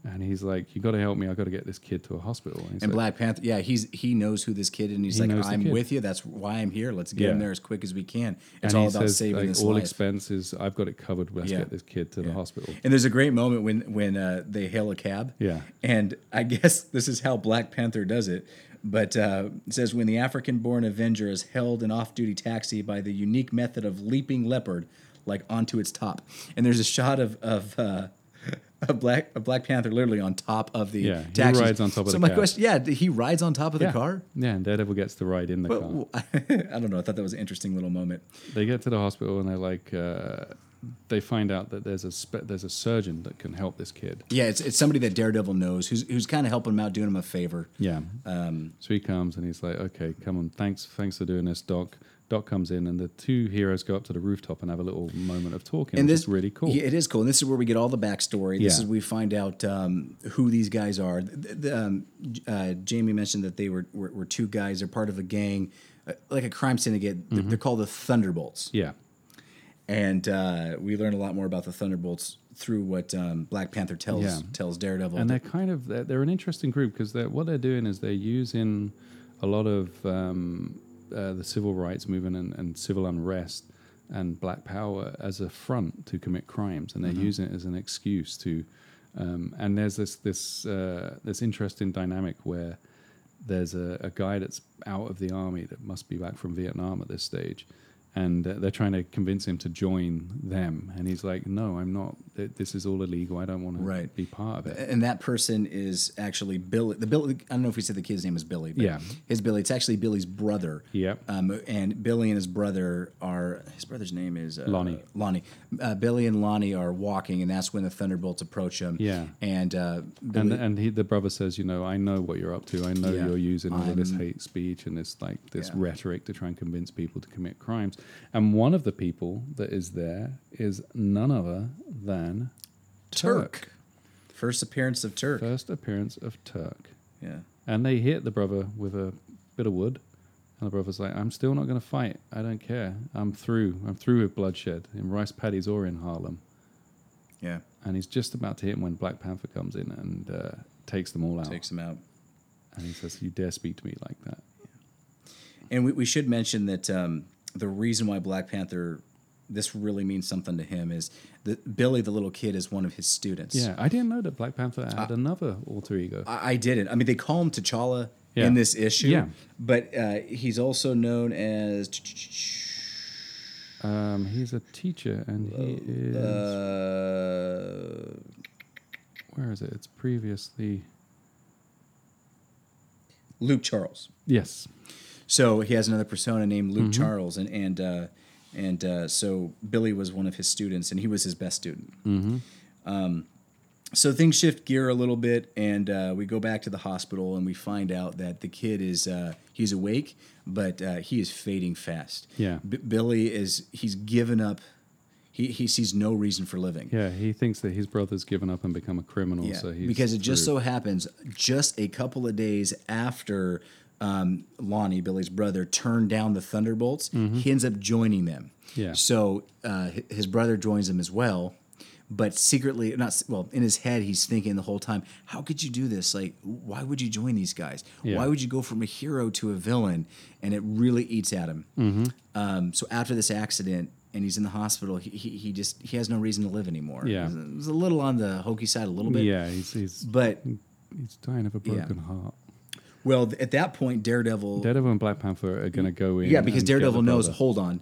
And he's like, You got to help me. I got to get this kid to a hospital. And, he's
And
like,
Black Panther, yeah, he's he knows who this kid, is, and he's
He
like,
knows the
"I'm
kid."
with you. That's why I'm here. Let's get him
Yeah.
there as quick as we can."
and
It's
he
all about
says,
saving
like,
this
All
life.
expenses, I've got it covered. Let's
Yeah.
get this kid to the
Yeah.
hospital.
And there's a great moment when when uh, they hail a cab.
Yeah.
And I guess this is how Black Panther does it. But uh, it says when the African-born Avenger is held an off-duty taxi by the unique method of leaping leopard, like onto its top. And there's a shot of of. Uh, a black a Black Panther literally on top of the
Yeah, he
taxi.
rides on top of
so
the
my
cab.
question, yeah, he rides on top of
Yeah.
the car.
Yeah. And Daredevil gets to ride in the
But
car.
w- I don't know. I thought that was an interesting little moment.
They get to the hospital and they're like, uh, they find out that there's a spe- there's a surgeon that can help this kid.
Yeah, it's, it's somebody that Daredevil knows who's who's kind of helping him out, doing him a favor.
Yeah.
Um,
so he comes and he's like, "Okay, come on, thanks, thanks for doing this, Doc." Doc comes in and the two heroes go up to the rooftop and have a little moment of talking.
And
which
this
is really cool.
Yeah, it is cool. And this is where we get all the backstory. This
Yeah.
is we find out um, who these guys are. The, the, um, J- uh, Jamie mentioned that they were, were were two guys. They're part of a gang, uh, like a crime syndicate.
Mm-hmm.
They're, they're called the Thunderbolts.
Yeah.
And uh, we learn a lot more about the Thunderbolts through what um, Black Panther tells
Yeah.
tells Daredevil.
and they're kind of they're, they're an interesting group because they're, what they're doing is they're using a lot of um, uh, the civil rights movement and, and civil unrest and black power as a front to commit crimes and they're using it as an excuse to um, and there's this this uh, this interesting dynamic where there's a, a guy that's out of the army that must be back from Vietnam at this stage. And uh, they're trying to convince him to join them. And he's like, no, I'm not. Th- This is all illegal. I don't want
Right.
to be part of it.
and that person is actually Billy. The Billy. I don't know if we said the kid's name is Billy. But
Yeah.
his Billy. It's actually Billy's brother.
Yep.
Um, and Billy and his brother are. His brother's name is uh,
Lonnie.
Lonnie. Uh, Billy and Lonnie are walking, and that's when the Thunderbolts approach him.
Yeah.
And uh,
and
Billy,
and he, the brother says, you know, I know what you're up to. I know
Yeah.
you're using all this
I'm-
hate speech and this like this
Yeah.
rhetoric to try and convince people to commit crimes. And one of the people that is there is none other than
Turk. First appearance of Turk.
First appearance of Turk,
Yeah.
and they hit the brother with a bit of wood. And the brother's like, I'm still not going to fight. I don't care. I'm through. I'm through with bloodshed in Rice Paddies or in Harlem.
Yeah.
And he's just about to hit him when Black Panther comes in and uh, takes them all out.
Takes him out.
And he says, "You dare speak to me like that?"
And we, we should mention that um, the reason why Black Panther. This really means something to him is that Billy, the little kid, is one of his students.
Yeah, I didn't know that Black Panther
Ah.
had another alter ego.
I, I didn't. I mean, they call him T'Challa
Yeah.
in this issue,
Yeah.
but uh, he's also known as Ah.
Um, he's a teacher, and he is.
uh,
where is it? It's previously.
Luke Charles.
Yes.
So he has another persona named Luke Charles, and and uh, and uh, so Billy was one of his students, and he was his best student. Um, so things shift gear a little bit, and uh, we go back to the hospital, and we find out that the kid is uh, he's awake, but uh, he is fading fast.
Yeah.
B- Billy is he's given up. He, he sees no reason for living.
Yeah, he thinks that his brother's given up and become a criminal.
Yeah,
so he's
because it just
through.
so happens, just a couple of days after um, Lonnie, Billy's brother, turned down the Thunderbolts, he ends up joining them.
Mm-hmm. Yeah.
So uh, hi- his brother joins him as well, but secretly, not s- well, in his head, he's thinking the whole time, how could you do this? Like, why would you join these guys?
Yeah.
Why would you go from a hero to a villain? And it really eats at him.
Mm-hmm.
Um, so after this accident, and he's in the hospital. He, he, he just he has no reason to live anymore.
Yeah.
it was a little on the hokey side, a little bit.
Yeah, he's he's
But
he's dying of a broken heart.
well, th- at that point, Daredevil.
Daredevil and Black Panther are going to go in.
yeah, because
and kill the
Daredevil knows.
brother.
Hold on,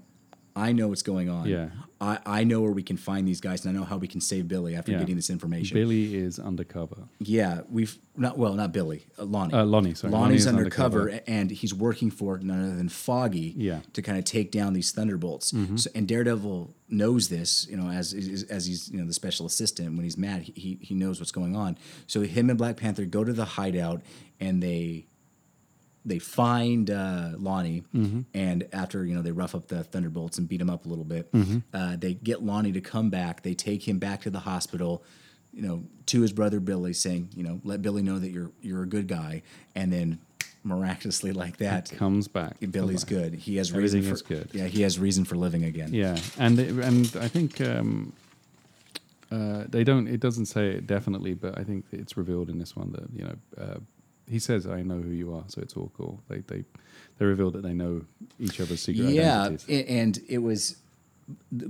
I know what's going on.
Yeah.
I, I know where we can find these guys, and I know how we can save Billy after
Yeah.
getting this information.
Billy is undercover.
Yeah, we've not well, not Billy, uh, Lonnie.
Uh, Lonnie, sorry. Lonnie
Lonnie's
is
undercover,
undercover.
a- and he's working for none other than Foggy.
Yeah. Mm-hmm.
to kind of take down these Thunderbolts. So, and Daredevil knows this, you know, as as as he's you know the special assistant. When he's mad, he- he he knows what's going on. So him and Black Panther go to the hideout, and they. They find uh, Lonnie,
Mm-hmm.
and after you know they rough up the Thunderbolts and beat him up a little bit,
Mm-hmm.
uh, they get Lonnie to come back. They take him back to the hospital you know, to his brother Billy, saying, you know, let Billy know that you're you're a good guy, and then miraculously like that,
Comes back.
Billy's good. He has reason
Everything
for
is good.
yeah, he has reason for living again.
Yeah, and it, and I think um, uh, they don't. It doesn't say it definitely, but I think it's revealed in this one that you know uh, he says, "I know who you are," so it's all cool. They they they reveal that they know each other's secret
yeah,
identities.
a- and it was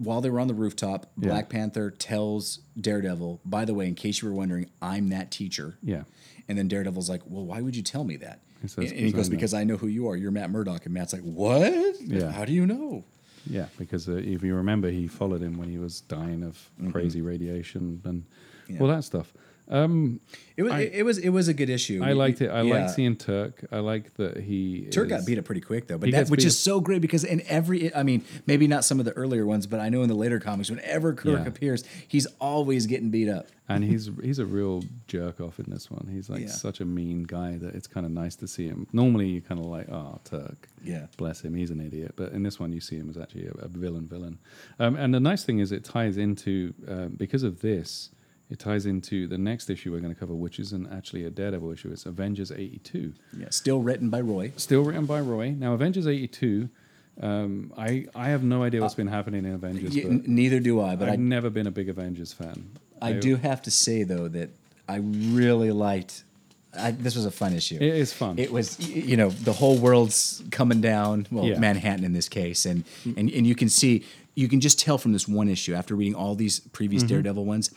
while they were on the rooftop.
Yeah.
Black Panther tells Daredevil, by the way, in case you were wondering, I'm that teacher.
yeah,
And then Daredevil's like, well, why would you tell me that?
He says,
and he
'Cause I
goes,
know."
because I know who you are. You're Matt Murdock. And Matt's like, what?
Yeah.
How do you know?
yeah. Because uh, if
Mm-hmm.
you remember, he followed him when he was dying of crazy radiation and all that stuff. Um,
It was
I-
it, it was it was a good issue.
I liked it. I
Yeah.
liked seeing Turk. I like that he
Turk
is-
got beat up pretty quick though, but
He
that
gets
which
beat
is
up-
so great because in every, I mean, maybe not some of the earlier ones, but I know in the later comics, whenever Kirk
Yeah.
appears, he's always getting beat up.
and he's he's a real jerk off in this one. He's like
Yeah.
such a mean guy that it's kind of nice to see him. Normally you're kind of like, oh, Turk,
Yeah.
bless him, he's an idiot. But in this one, you see him as actually a, a villain, villain. Um, and the nice thing is, it ties into um, because of this, it ties into the next issue we're going to cover, which isn't actually a Daredevil issue. It's Avengers '82,
Yeah, still written by Roy.
still written by Roy. Now, Avengers '82. Um, I I have no idea what's been happening in Avengers.
Uh, Yeah,
but
n- neither do I, but
I've
I,
never been a big Avengers fan.
I, do have to say though that I really liked. I, this was a fun issue.
It is fun.
It was, y- you know, the whole world's coming down. Well,
Yeah. Mm.
Manhattan in this case, and and and you can see, you can just tell from this one issue after reading all these previous
Mm-hmm.
Daredevil ones.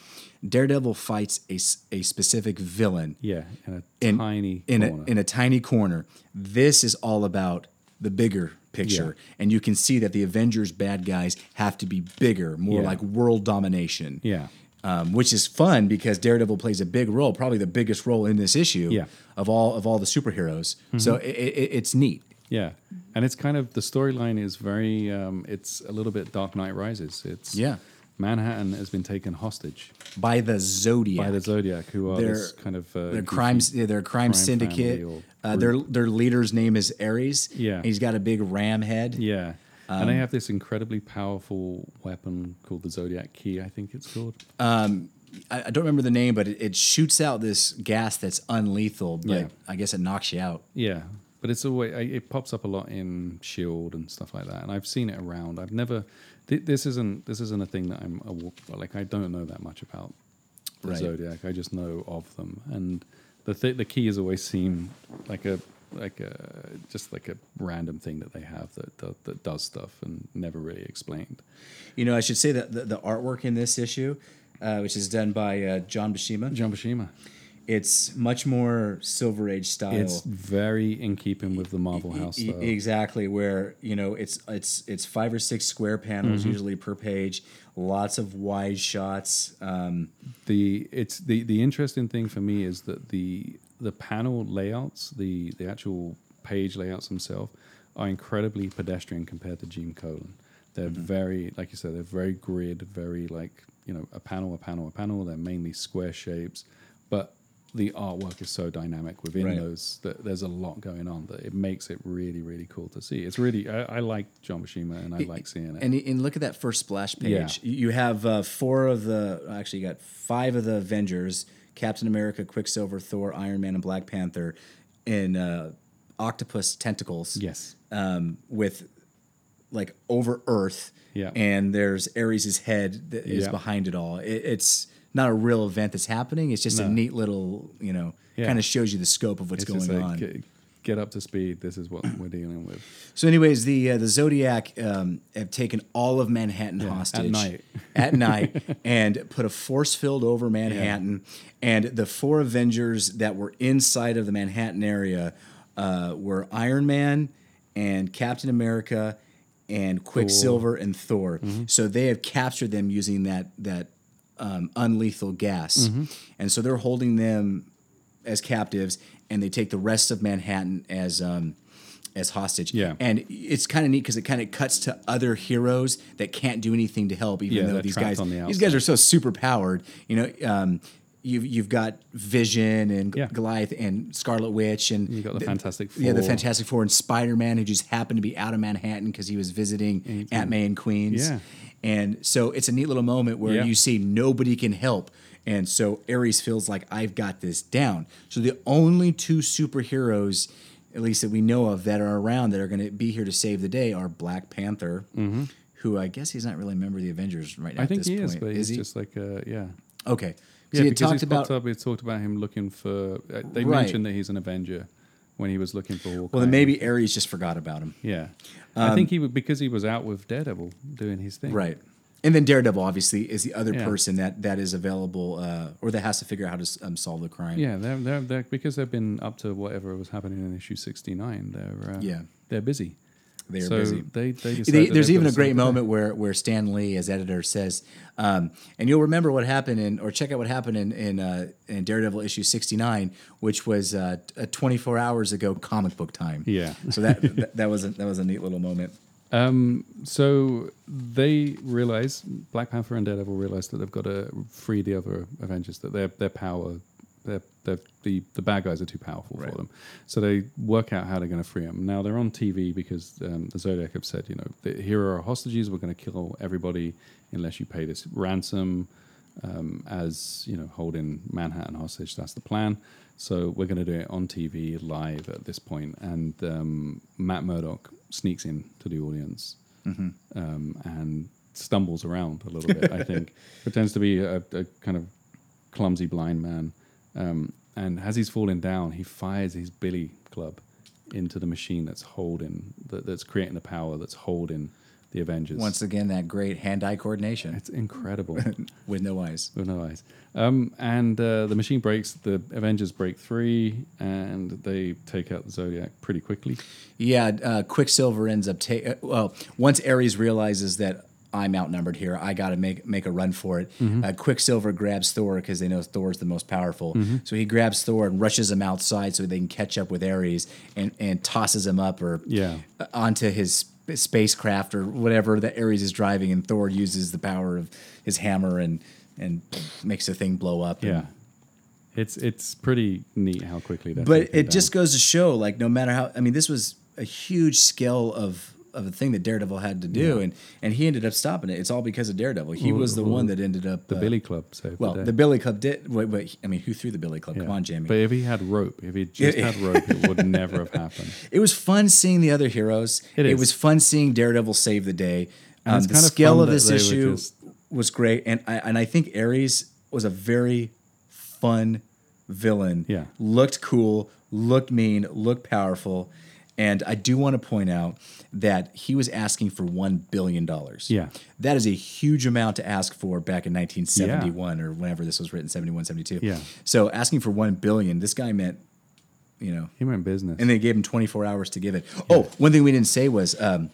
Daredevil fights a, s- a specific villain
Yeah, in a
in
tiny
in
corner.
a in a tiny corner. This is all about the bigger picture, and you can see that the Avengers bad guys have to be bigger, more
Yeah.
like world domination.
Yeah.
Um, which is fun because Daredevil plays a big role, probably the biggest role in this issue
Yeah. Mm-hmm.
of all of all the superheroes. So i i it's neat.
yeah, and it's kind of the storyline is very. Um, it's a little bit Dark Knight Rises. It's
Yeah.
Manhattan has been taken hostage
By the Zodiac,
by the Zodiac, who are
They're-
this kind of
their
uh, goofy-
crimes, yeah, their crime,
crime
syndicate.
family or
Uh, their their leader's name is Ares.
Yeah.
he's got a big ram head.
Yeah, and they
Um,
have this incredibly powerful weapon called the Zodiac Key. I think it's called.
I, I don't remember the name, but it, it shoots out this gas that's unlethal, but
Yeah.
I guess it knocks you out.
Yeah, but it's always I- it pops up a lot in Shield E and stuff like that, and I've seen it around. I've never th- this isn't this isn't a thing that I'm aw- like I don't know that much about the
Right.
Zodiac. I just know of them, and the th- the key has always seemed like a like a just like a random thing that they have that that, that does stuff and never really explained.
You know, I should say that the, the artwork in this issue, uh, which is done by uh, John Bashima,
John Buscema.
it's much more Silver Age style.
It's very in keeping with the Marvel
E-
House.
e-
style.
exactly where you know it's it's it's five or six square panels usually per page, lots of wide shots. Um,
the it's the the interesting thing for me is that the the panel layouts the the actual page layouts themselves are incredibly pedestrian compared to gene colan they're
Mm-hmm.
very like you said they're very grid very like you know a panel a panel a panel they're mainly square shapes but the artwork is so dynamic within
Right.
those that there's a lot going on that it makes it really really cool to see it's really i, I like john Buscema and i like seeing it
and and look at that first splash page.
Yeah.
You you have uh, four of the actually you got five of the Avengers: Captain America, Quicksilver, Thor, Iron Man, and Black Panther, in uh, octopus tentacles.
yes
um, with like over Earth.
Yeah.
And there's Ares's head that is
Yeah.
behind it all. It, it's not a real event that's happening. It's just a
No.
neat little, you know,
Yeah.
kind of shows you the scope of what's
it's
going
just like
on.
Get, get up to speed this is what we're dealing with
So, anyways, the uh, the Zodiac um, have taken all of Manhattan hostage
night.
at night and put a force field over Manhattan. And the four Avengers that were inside of the Manhattan area uh, were Iron Man and Captain America and Quicksilver and Thor. So they have captured them using that that um, unlethal gas, and so they're holding them as captives, and they take the rest of Manhattan as um, as hostage.
Yeah.
and it's kind of neat because it kind of cuts to other heroes that can't do anything to help, even
Yeah,
though
they're
these
trapped
guys
on the
these guys are so super powered. You know, um, you've you've got Vision and
Yeah.
Goliath and Scarlet Witch, and you
got the Fantastic
Yeah, the
Four.
Fantastic Four and Spider Man, who just happened to be out of Manhattan because he was visiting Aunt May in Queens.
Yeah.
And so it's a neat little moment where
Yeah.
you see nobody can help. And so Ares feels like I've got this down. So the only two superheroes, at least that we know of, that are around that are going to be here to save the day are Black Panther, who I guess he's not really a member of the Avengers right now.
Mm-hmm. I
at
think
this
he
point.
is, but he's just like uh, yeah.
okay. So
Yeah,
you
because
talked
he's
about
popped up. It's talked about him looking for. Uh, they
Right.
mentioned that he's an Avenger when he was looking for. Hawkeye.
well, then maybe Ares just forgot about him,
Yeah, I think he would because he was out with Daredevil doing his thing.
right? And then Daredevil obviously is the other
Yeah.
person that that is available uh, or that has to figure out how to um, solve the crime.
Yeah, they're, they're, they're because they've been up to whatever was happening in issue sixty nine. They're uh,
Yeah.
they're busy.
They are
so
busy.
they they
They-
decided
there's
they've
even
got
a great
something-
moment where where Stan Lee, as editor, says, um, and you'll remember what happened in, or check out what happened in in, uh, in Daredevil issue 69, which was uh, t- uh, 24 hours ago comic book time.
Yeah.
So that that, that was a, that was a neat little moment.
So they realize Black Panther and Daredevil realize that they've got to free the other uh, Avengers. That their their power, their, their the the bad guys are too powerful
Right.
for them. So they work out how they're going to free them. Now they're on TV because um, the Zodiac have said, you know, that here are our hostages. We're going to kill everybody unless you pay this ransom. Um, as you know, holding Manhattan hostage. That's the plan. So we're going to do it on TV live at this point, and um, Matt Murdock sneaks in to the audience um, and stumbles around a little bit. I think pretends to be a, a kind of clumsy blind man, um, and as he's falling down, he fires his billy club into the machine that's holding that, that's creating the power that's holding the Avengers.
Once again, that great hand-eye coordination
it's incredible.
with no eyes.
With no eyes. Um, and uh, the machine breaks. The Avengers break three, and they take out the Zodiac pretty quickly.
Yeah, uh, Quicksilver ends up ta- uh, well. Once Ares realizes that I'm outnumbered here, I got to make make a run for it.
Mm-hmm.
Uh, Quicksilver grabs Thor because they know Thor's the most powerful,
Mm-hmm.
so he grabs Thor and rushes him outside so they can catch up with Ares and and tosses him up or
Yeah.
uh, onto his sp- spacecraft or whatever that Ares is driving, and Thor uses the power of his hammer and and makes the thing blow up. and-
Yeah, it's it's pretty neat how quickly that.
but it just goes to show like no matter how i mean this was a huge scale of of a thing that daredevil had to do and and he ended up stopping it it's all because of daredevil he was the one that ended up uh,
the Billy Club saved
well
the, day.
the billy club did wait, wait i mean who threw the billy club come
Yeah.
on jamie
But if he had rope, if he just had rope, it would never have happened.
it was fun seeing the other heroes
It is.
was fun seeing daredevil save the day um,
it's
the
kind of
scale
fun
of
that
this
they were
issue
just-
was great and I, and i think ares was a very fun villain
Yeah.
looked cool, looked mean, looked powerful. And I do want to point out that he was asking for $1 billion.
Yeah.
That is a huge amount to ask for back in 1971 or whenever this was written, 71, 72.
Yeah.
So asking for $1 billion, this guy meant, you know,
He went business.
and they gave him 24 hours to give it. Oh, one thing we didn't say was um,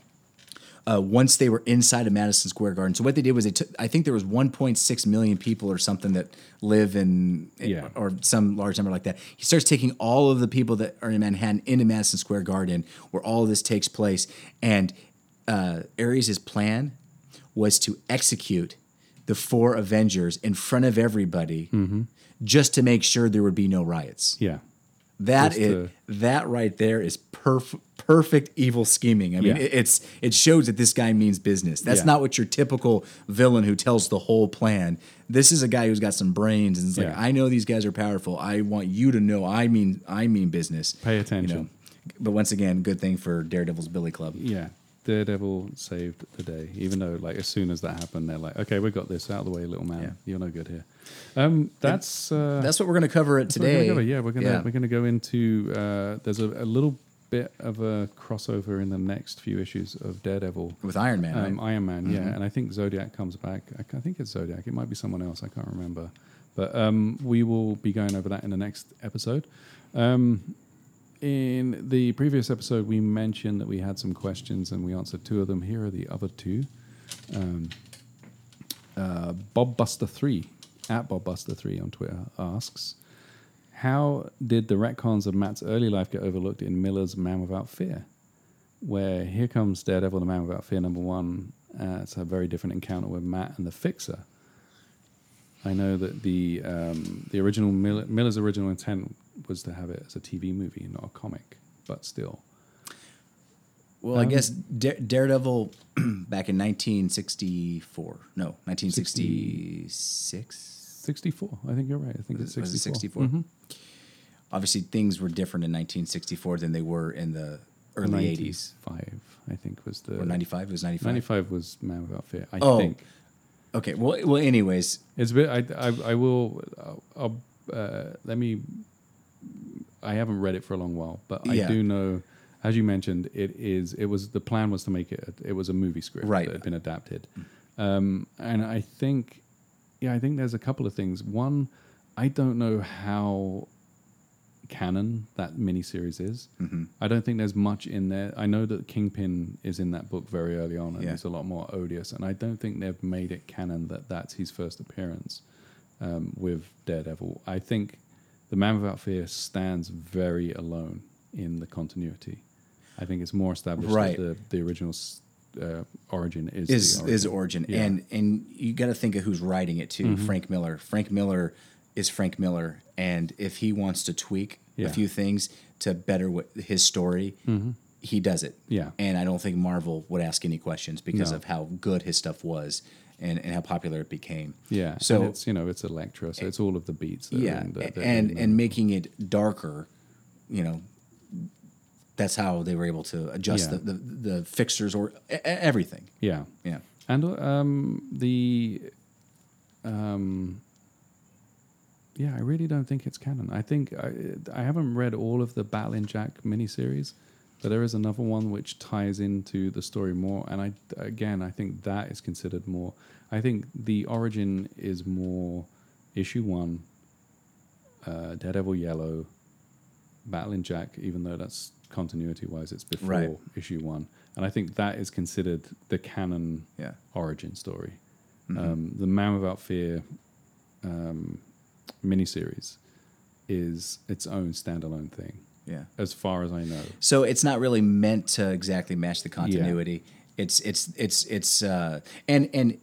uh, once they were inside of Madison Square Garden. So what they did was they took. I think there was 1.6 million people or something that live in, eh,
Yeah.
or some large number like that. He starts taking all of the people that are in Manhattan into Madison Square Garden, where all of this takes place. And uh, Ares' plan was to execute the four Avengers in front of everybody. Just to make sure there would be no riots.
yeah,
That
Just
is
to-
that right there is perf- perfect evil scheming. I mean,
Yeah.
it, it's it shows that this guy means business. That's
Yeah.
not what your typical villain who tells the whole plan. This is a guy who's got some brains and it's like,
Yeah.
I know these guys are powerful. I want you to know I mean I mean business.
Pay
You
attention.
know. But once again, good thing for Daredevil's Billy Club.
yeah. Daredevil saved the day. Even though, like, as soon as that happened, they're like, "Okay, we got this out of the way, little man.
Yeah.
You're no good here." Um, that's uh,
That's what we're going to cover it
That's what
today.
We're gonna go- yeah, we're gonna we're gonna go into. Uh, there's a, a little bit of a crossover in the next few issues of Daredevil
with Iron Man.
um,
right?
Iron Man, yeah, and I think Zodiac comes back. I, ca- I think it's Zodiac. It might be someone else. I can't remember. But um, we will be going over that in the next episode. Um, in the previous episode, we mentioned that we had some questions and we answered two of them. Here are the other two. Um, uh, Bob Buster Three at Bob Buster Three on Twitter asks. How did the retcons of Matt's early life get overlooked in Miller's Man Without Fear? Where here comes Daredevil, the Man Without Fear, number one. Uh, it's a very different encounter with Matt and the Fixer. I know that the um, the original Miller, Miller's original intent was to have it as a TV movie, not a comic, but still,
Well,
um,
I guess Dare- Daredevil back in 1964. No, 1966.
sixty four. I think you're right. I think it's Mm-hmm.
Was
sixty
it 64? Obviously, things were different in 1964 than they were in the early 80s.
Five, I think, was the
Or 95? It was 95.
Ninety five was Man Without Fear. I
Oh.
think.
Okay. Well, well. anyways,
It's a bit. I I, I will. I'll, I'll, uh, let me. I haven't read it for a long while, but I
Yeah.
do know, as you mentioned, it is. It was the plan was to make it. It was a movie script
Right. Mm.
that had been adapted, um, and I think, yeah, I think there's a couple of things. One, I don't know how canon that miniseries is.
Mm-hmm.
I don't think there's much in there. I know that Kingpin is in that book very early on, and
Yeah.
it's a lot more odious. And I don't think they've made it canon that that's his first appearance um, with Daredevil. I think the Man Without Fear stands very alone in the continuity. I think it's more established
Right.
that the, the original s- uh, origin is
is
the origin.
is origin
Yeah. Mm-hmm.
and and you got to think of who's writing it too frank miller frank miller is frank miller and if he wants to tweak
Yeah. Mm-hmm.
a few things to better what his story he does it
Yeah.
and i don't think marvel would ask any questions because
No.
of how good his stuff was and, and how popular it became
yeah. So
so
it's you know it's Electra, so it's all of the beats. That
yeah
are in the, that are
and
in the-
and making it darker you know that's how they were able to adjust
Yeah.
the, the the fixtures or e- e- everything
yeah,
yeah
and um, the um, yeah, I really don't think it's canon. I think I I haven't read all of the Battling Jack miniseries, but there is another one which ties into the story more. And I again, I think that is considered more. I think the origin is more issue one, uh, Daredevil Yellow, Battling Jack, even though that's continuity wise, it's before
Right.
issue one. And I think that is considered the canon
Yeah. Mm-hmm.
origin story. Um, the Man Without Fear um, miniseries is its own standalone thing,
yeah
as far as I know.
So it's not really meant to exactly match the continuity. It's it's it's it's uh, and and. it-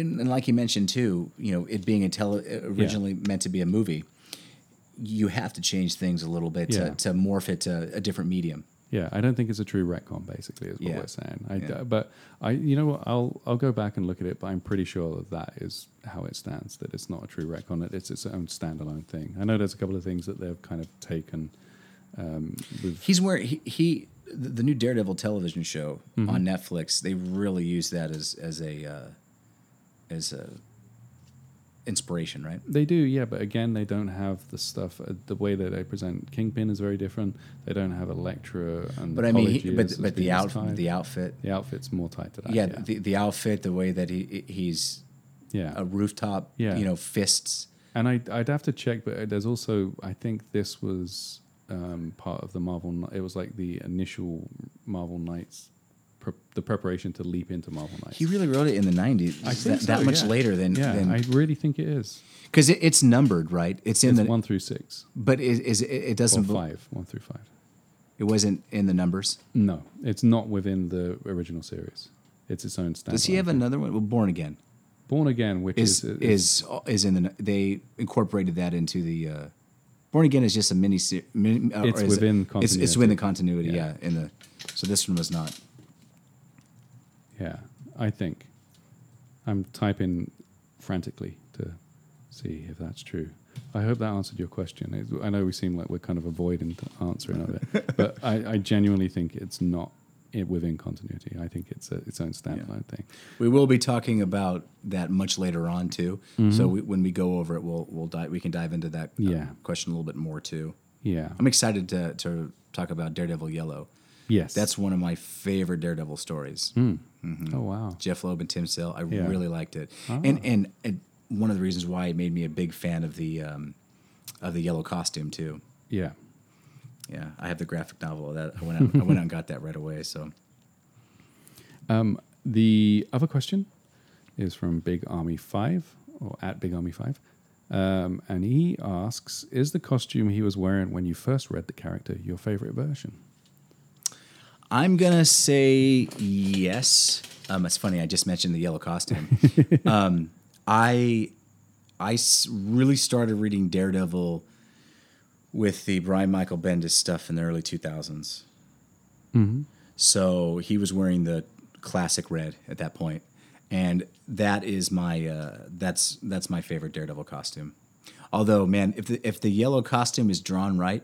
And and like you mentioned too, you know, it being a tele- e, originally meant to be a movie, you have to change things a little bit
Yeah.
to, to morph it to a different medium.
Yeah, I don't think it's a true retcon. Basically, is what
Yeah.
we're saying. I,
Yeah.
But I, you know, what? I'll I'll go back and look at it. But I'm pretty sure that that is how it stands. That it's not a true retcon. That it's its own standalone thing. I know there's a couple of things that they've kind of taken.
He's where he, he the the new Daredevil television show on Netflix. They really use that as as a uh, as a inspiration, right?
They do, yeah, but again, they don't have the stuff. Uh, the way that they present Kingpin is very different. They don't have Electra and.
But I mean, he,
Apology
but
as- as
but the
being
out
tied.
the outfit,
the outfit's more tied to that.
Uh, yeah,
Yeah,
The, uh, the outfit, the way that he he's
yeah.
a rooftop,
Yeah.
you know, fists.
and I, I'd have to check, but uh, there's also I think this was um, part of the Marvel. Kn- It was like the initial Marvel Knights, pre- the preparation to leap into Marvel Knights.
He really wrote it in the 90s,
I
that,
think so,
that much
yeah.
later than,
yeah, I really think it is.
because it, it's numbered, right? It's in
It's
the,
one through six
but it, is, it, it
or
doesn't, bel-
five, one through five.
it wasn't in the numbers.
No, it's not within the original series. It's its own standalone.
Does he have another one? Well, Born Again
Born Again, which
is,
is
is, is in the, they incorporated that into the, uh, Born Again is just a mini, se- mini uh,
It's
or is
within
it, it's, it's within the continuity, yeah.
Yeah.
in the, so this one was not.
Yeah, I think. I'm typing frantically to see if that's true. I hope that answered your question. It, I know we seem like we're kind of avoiding t- answering of it, but I, I genuinely think it's not it within continuity. I think it's a, its own standalone thing.
We will be talking about that much later on too. So we, when we go over it, we'll we'll dive, we can dive into that uh,
Yeah.
question a little bit more too.
Yeah.
I'm excited to to talk about Daredevil Yellow.
yes.
That's one of my favorite Daredevil stories.
oh wow.
Jeff Loeb and Tim Sale. I
Yeah.
really liked it, and, and and one of the reasons why it made me a big fan of the um, of the yellow costume too.
Yeah.
Yeah, I have the graphic novel of that I went out, I went out and got that right away. So
The other question is from Big Army Five or at Big Army Five, um, and he asks: Is the costume he was wearing when you first read the character your favorite version?
I'm gonna say yes. Um, it's funny. I just mentioned the yellow costume. um, I I s- really started reading Daredevil with the Brian Michael Bendis stuff in the early 2000s. So he was wearing the classic red at that point, and that is my uh, that's that's my favorite Daredevil costume. Although, man, if the, if the yellow costume is drawn right,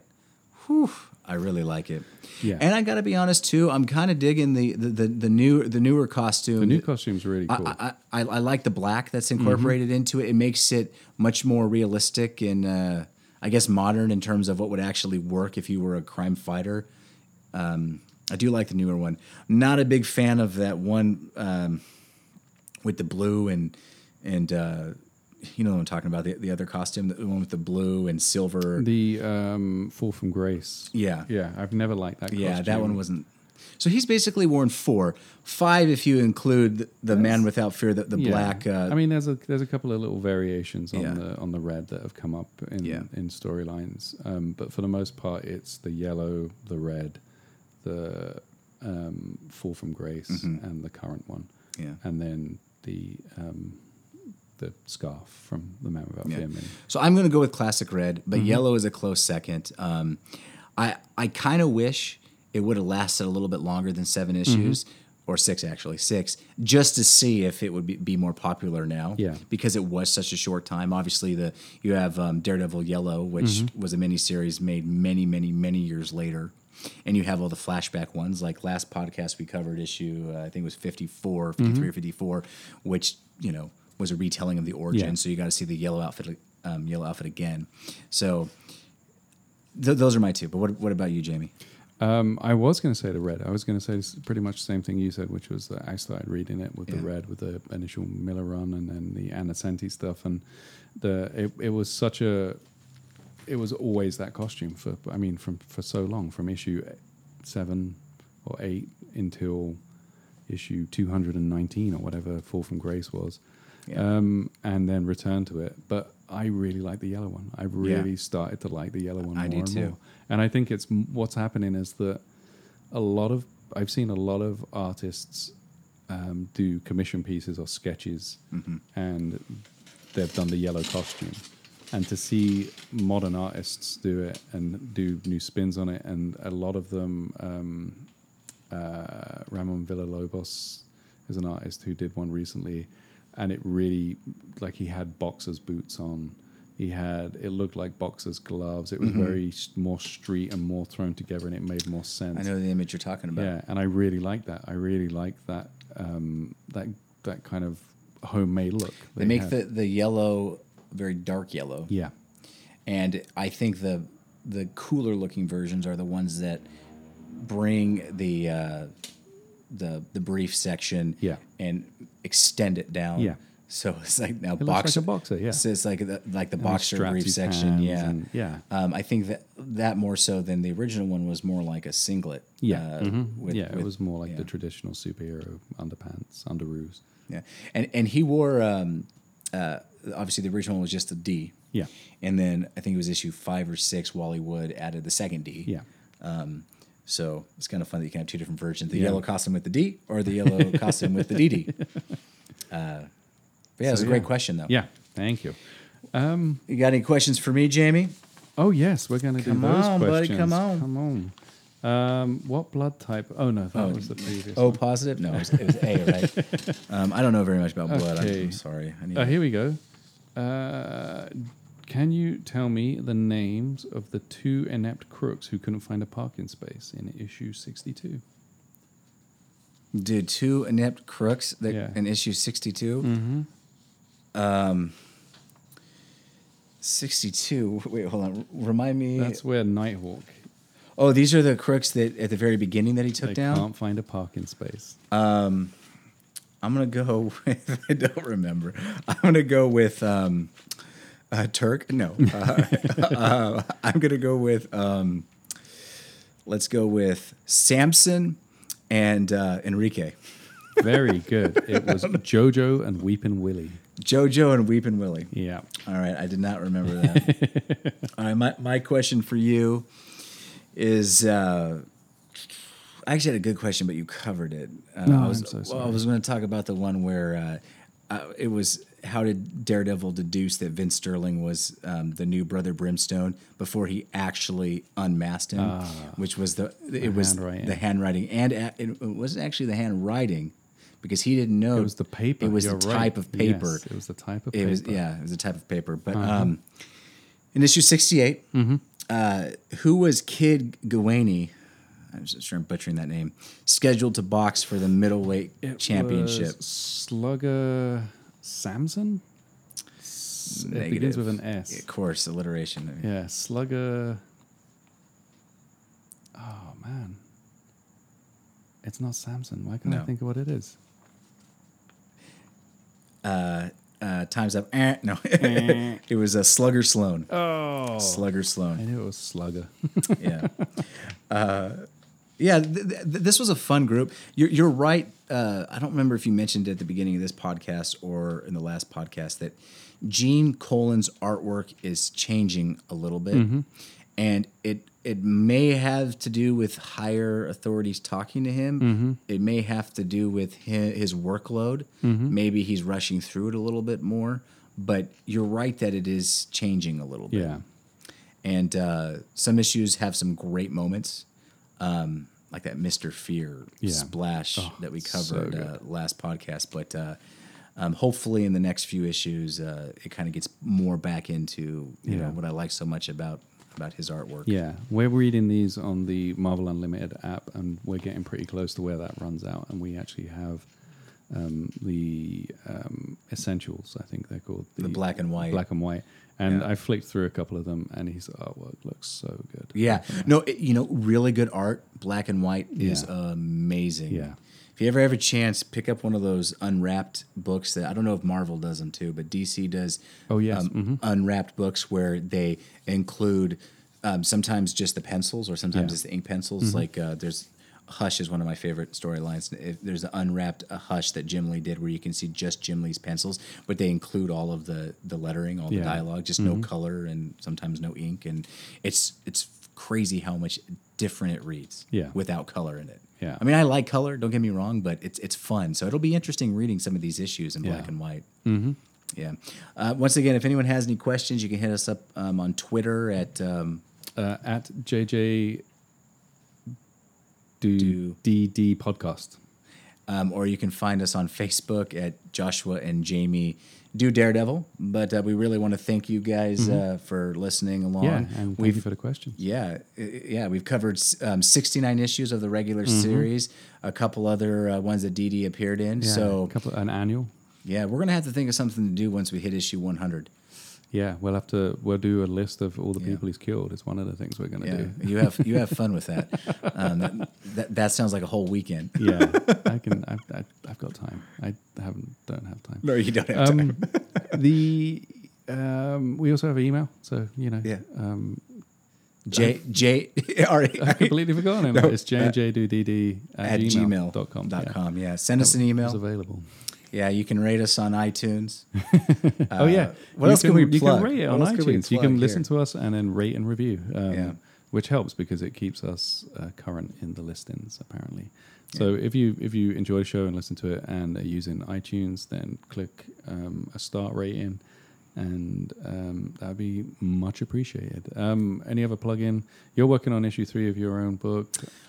whew, I really like it.
Yeah.
And I got to be honest too, I'm kind of digging the, the the the new the newer costume.
The new costume's really cool. Mm-hmm.
I, I, I like the black that's incorporated into it. It makes it much more realistic and uh, I guess modern in terms of what would actually work if you were a crime fighter. Um, I do like the newer one. Not a big fan of that one um, with the blue and and uh, you know what I'm talking about the, the other costume, the one with the blue and silver.
The um, Fall from Grace.
yeah, yeah,
Yeah, I've never liked that.
that
costume.
one wasn't. So he's basically worn four, five if you include the, the man without fear, the, the
Yeah.
black. Uh,
I mean, there's a there's a couple of little variations on
Yeah.
the on the red that have come up in
Yeah.
in storylines, um, but for the most part, it's the yellow, the red, the um, fall from grace, and the current one,
Mm-hmm. yeah.
and then the um, the scarf from the man without
Yeah.
fear. movie.
So I'm going to go with classic red, but yellow is a close second. Um, I I kind of wish it would have lasted a little bit longer than seven issues. Or six, actually six, just to see if it would be, be more popular now.
Yeah.
because it was such a short time. Obviously, the you have um, Daredevil Yellow, which
Mm-hmm.
was a miniseries made many, many, many years later, and you have all the flashback ones. Like last podcast we covered issue, uh, I think it was 54,
Mm-hmm.
53 or fifty four, which you know was a retelling of the origin.
Yeah.
So you got to see the yellow outfit, um, yellow outfit again. So th- those are my two. But what what about you, Jamie?
Um, I was going to say the red. I was going to say s- pretty much the same thing you said, which was that I started reading it with the
Yeah.
red, with the initial Miller run, and then the Anasanti stuff, and the it, it was such a, it was always that costume for I mean from for so long from issue seven or eight until issue two hundred and nineteen or whatever Fall from Grace was,
Yeah.
um, and then return to it. But I really like the yellow one. I really started to like the yellow one
I
more
do
and
too.
more. And I think it's what's happening is that a lot of I've seen a lot of artists um, do commission pieces or sketches,
Mm-hmm.
and they've done the yellow costume. And to see modern artists do it and do new spins on it, and a lot of them, um, uh, Ramon Villalobos is an artist who did one recently, and it really like he had boxers boots on. He had it looked like boxers gloves. It was very s- more street and more thrown together, and it made more sense.
Mm-hmm. I know the image you're talking about.
Yeah, and I really like that. I really like that um, that that kind of homemade look.
They make
have.
the, the yellow very dark yellow.
yeah,
and I think the the cooler looking versions are the ones that bring the uh, the the brief section
Yeah.
and extend it down.
Yeah.
So it's like now
looks
boxer
like a boxer, yeah.
So it's like the, like the
he
boxer
straps
brief
his
section.
hands
Yeah.
and- yeah.
Um, I think that that more so than the original one was more like a singlet.
yeah,
uh,
mhm.
with-
yeah.
with-
it was more like
yeah.
the traditional superhero underpants, underoos.
Yeah, and and he wore um, uh, obviously the original one was just the D.
Yeah.
and then I think it was issue five or six. Wally Wood added the second D.
Yeah,
so it's kind of fun that you can have two different versions: the
Yeah.
yellow costume with the D or the yellow costume with the DD. Uh, but yeah, it was a great
yeah.
question though.
yeah. Thank you. Um,
you got any questions for me, Jamie?
Oh yes, we're going to do
Come
those
on, buddy,
questions.
come on.
come on. Um, what blood type? Oh no, that was the previous.
O positive? No, it was, it was A, right? um, I don't know very much about blood. I'm,
Okay.
I'm sorry. I need
Oh, here we go. Uh, can you tell me the names of the two inept crooks who couldn't find a parking space in issue 62?
Dude, two inept crooks that
Yeah. Mm-hmm.
in issue Um, 62. Um, 62. Wait, hold on. Remind me.
That's where Nighthawk
oh, these are the crooks that at the very beginning that he took
they
down.
can't find a parking space.
I'm gonna go with. I don't remember. I'm gonna go with um, uh, Turk. No, uh, uh, I'm gonna go with. Um, let's go with Samson and uh, Enrique,
Very good. It was Jojo and Weeping Willie.
JoJo and Weeping Willie.
Yeah.
All right, I did not remember that. All right, my my question for you is. Uh, I actually had a good question, but you covered it. Uh,
No,
I was,
I'm so
well, I
sorry.
was going to talk about the one where uh, uh, it was how did Daredevil deduce that Vince Sterling was um, the new brother Brimstone before he actually unmasked him, which was the it was
Ah, handwriting.
the handwriting, and a, it wasn't actually the handwriting because he didn't know
It was the paper.
It was
You're
the
right.
type of paper.
Yes, it was the type of
It
paper. Uh-huh.
was yeah, it was a type of paper. But um, in issue sixty
Mm-hmm.
uh, who was Kid Gawaini? I'm just sure I'm butchering that name. Scheduled to box for the middleweight
It
championship.
was Slugger Samson? S- It
Negative.
begins with an S.
Of course, alliteration. I mean,
Yeah, Slugger. Oh man, it's not Samson. Why can't I
No.
think of what it is?
uh, times up. Eh, no, it was a Slugger Sloan.
Oh,
Slugger
I
Sloan.
knew it was Slugger.
Yeah. uh, yeah, th- th- th- this was a fun group. You're, you're right. Uh, I don't remember if you mentioned at the beginning of this podcast or in the last podcast that Gene Colan's artwork is changing a little bit. And it, it may have to do with higher authorities talking to him. It may have to do with his, his workload. Maybe he's rushing through it a little bit more. But you're right that it is changing a little bit
yeah,
and uh, some issues have some great moments, um, like that Mister Fear
Yeah. Oh,
splash that we
so
covered
good.
uh, last podcast. But uh, um, hopefully, in the next few issues, uh, it kind of gets more back into you know
Yeah.
what I like so much about about his artwork.
yeah. We're reading these on the Marvel Unlimited app, and we're getting pretty close to where that runs out. And we actually have um, the um, essentials. I think they're called
The black and white.
black and white. And
Yeah.
I flicked through a couple of them, and his artwork looks so good.
Yeah, no, it, you know, really good art, black and white is
Yeah.
amazing.
Yeah.
If you ever have a chance, pick up one of those unwrapped books that I don't know if Marvel does them too, but DC does. uh,
Oh, yes.
um, unwrapped books where they include um, sometimes just the pencils or sometimes
Yeah. Mm-hmm.
it's the ink pencils. Like uh, there's Hush is one of my favorite storylines. If There's an unwrapped uh, Hush that Jim Lee did where you can see just Jim Lee's pencils, but they include all of the the lettering, all the
Yeah. Mm-hmm.
dialogue, just no color and sometimes no ink, and it's it's crazy how much different it reads
Yeah.
without color in it.
Yeah.
I mean, I like color. Don't get me wrong, but it's it's fun. So it'll be interesting reading some of these issues in black
Yeah.
and white. Mm-hmm. Yeah. Uh, once again, if anyone has any questions, you can hit us up um, on Twitter at um,
uh, at JJ
Do-
do DD podcast.
um, or you can find us on Facebook at Joshua and Jamie Do Daredevil. But uh, we really want to thank you guys uh, for listening along.
Mm-hmm. Yeah, and thank you for the question.
Yeah, i- i- yeah, we've covered um, 69 issues of the regular
Mm-hmm.
series, a couple other uh, ones that DD appeared in.
Yeah,
so
a couple, an annual.
yeah, we're gonna have to think of something to do once we hit issue 100.
Yeah, we'll have to. We'll do a list of all the
Yeah.
people he's killed. It's one of the things we're going to
Yeah,
do.
you have you have fun with that. Um, that, that. That sounds like a whole weekend.
Yeah, I can. I've, I, I've got time. I haven't. Don't have time.
No, you don't have time.
Um, the um, we also have an email, so you know.
Yeah.
Um,
J J all right.
I completely forgotten him.
No,
it's jjdudd
at
at,
gmail.com.
dot com.
Dot
Yeah.
com. Yeah, send us an
It's
email.
available.
Yeah, you can rate us on iTunes.
oh yeah.
Uh, what else can we plug?
You can rate it
What
on
else can we
iTunes. You
plug
can listen
here?
to us and then rate and review, um,
Yeah.
which helps because it keeps us uh, current in the listings apparently. So if you if you enjoy the show and listen to it and are using iTunes, then click um, a star rating, and um, that'd be much appreciated. Um, any other plug-in? You're working on issue three of your own book.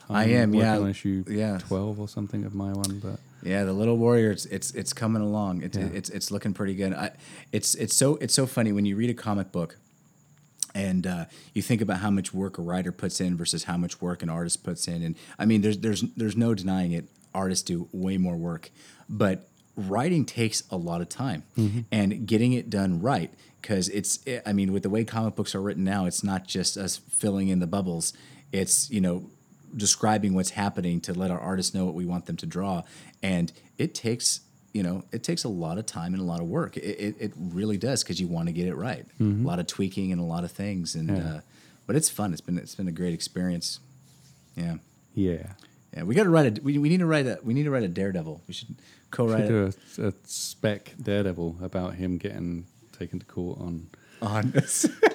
I
I'm
am,
Working
yeah.
on issue
Yeah.
twelve or something of my one, but
Yeah, the Little Warrior. It's it's, it's coming along. It's
Yeah.
it's it's looking pretty good. I, it's it's so it's so funny when you read a comic book. and uh, you think about how much work a writer puts in versus how much work an artist puts in and i mean there's there's there's no denying it artists do way more work but writing takes a lot of time and getting it done right because it's i mean with the way comic books are written now it's not just us filling in the bubbles it's you know describing what's happening to let our artists know what we want them to draw and it takes you know, it takes a lot of time and a lot of work. It, it, it really does because you want to get it right. A lot of tweaking and a lot of things, and
Mm-hmm. Yeah.
uh, but it's fun. It's been it's been a great experience. Yeah,
yeah.
yeah. We got to write a we, we need to write a we need to write a Daredevil. We should co-write
Should
it
do a, a spec Daredevil about him getting taken to court on
on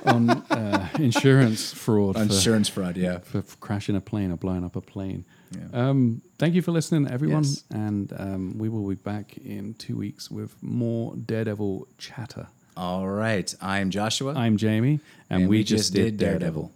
on uh, insurance fraud
on
for,
insurance fraud. Yeah,
for f- crashing a plane or blowing up a plane.
Yeah.
Um, thank you for listening, everyone,
Yes.
and um, we will be back in two weeks with more Daredevil chatter.
All right. I'm Joshua.
I'm Jamie, and, we, just, did Daredevil.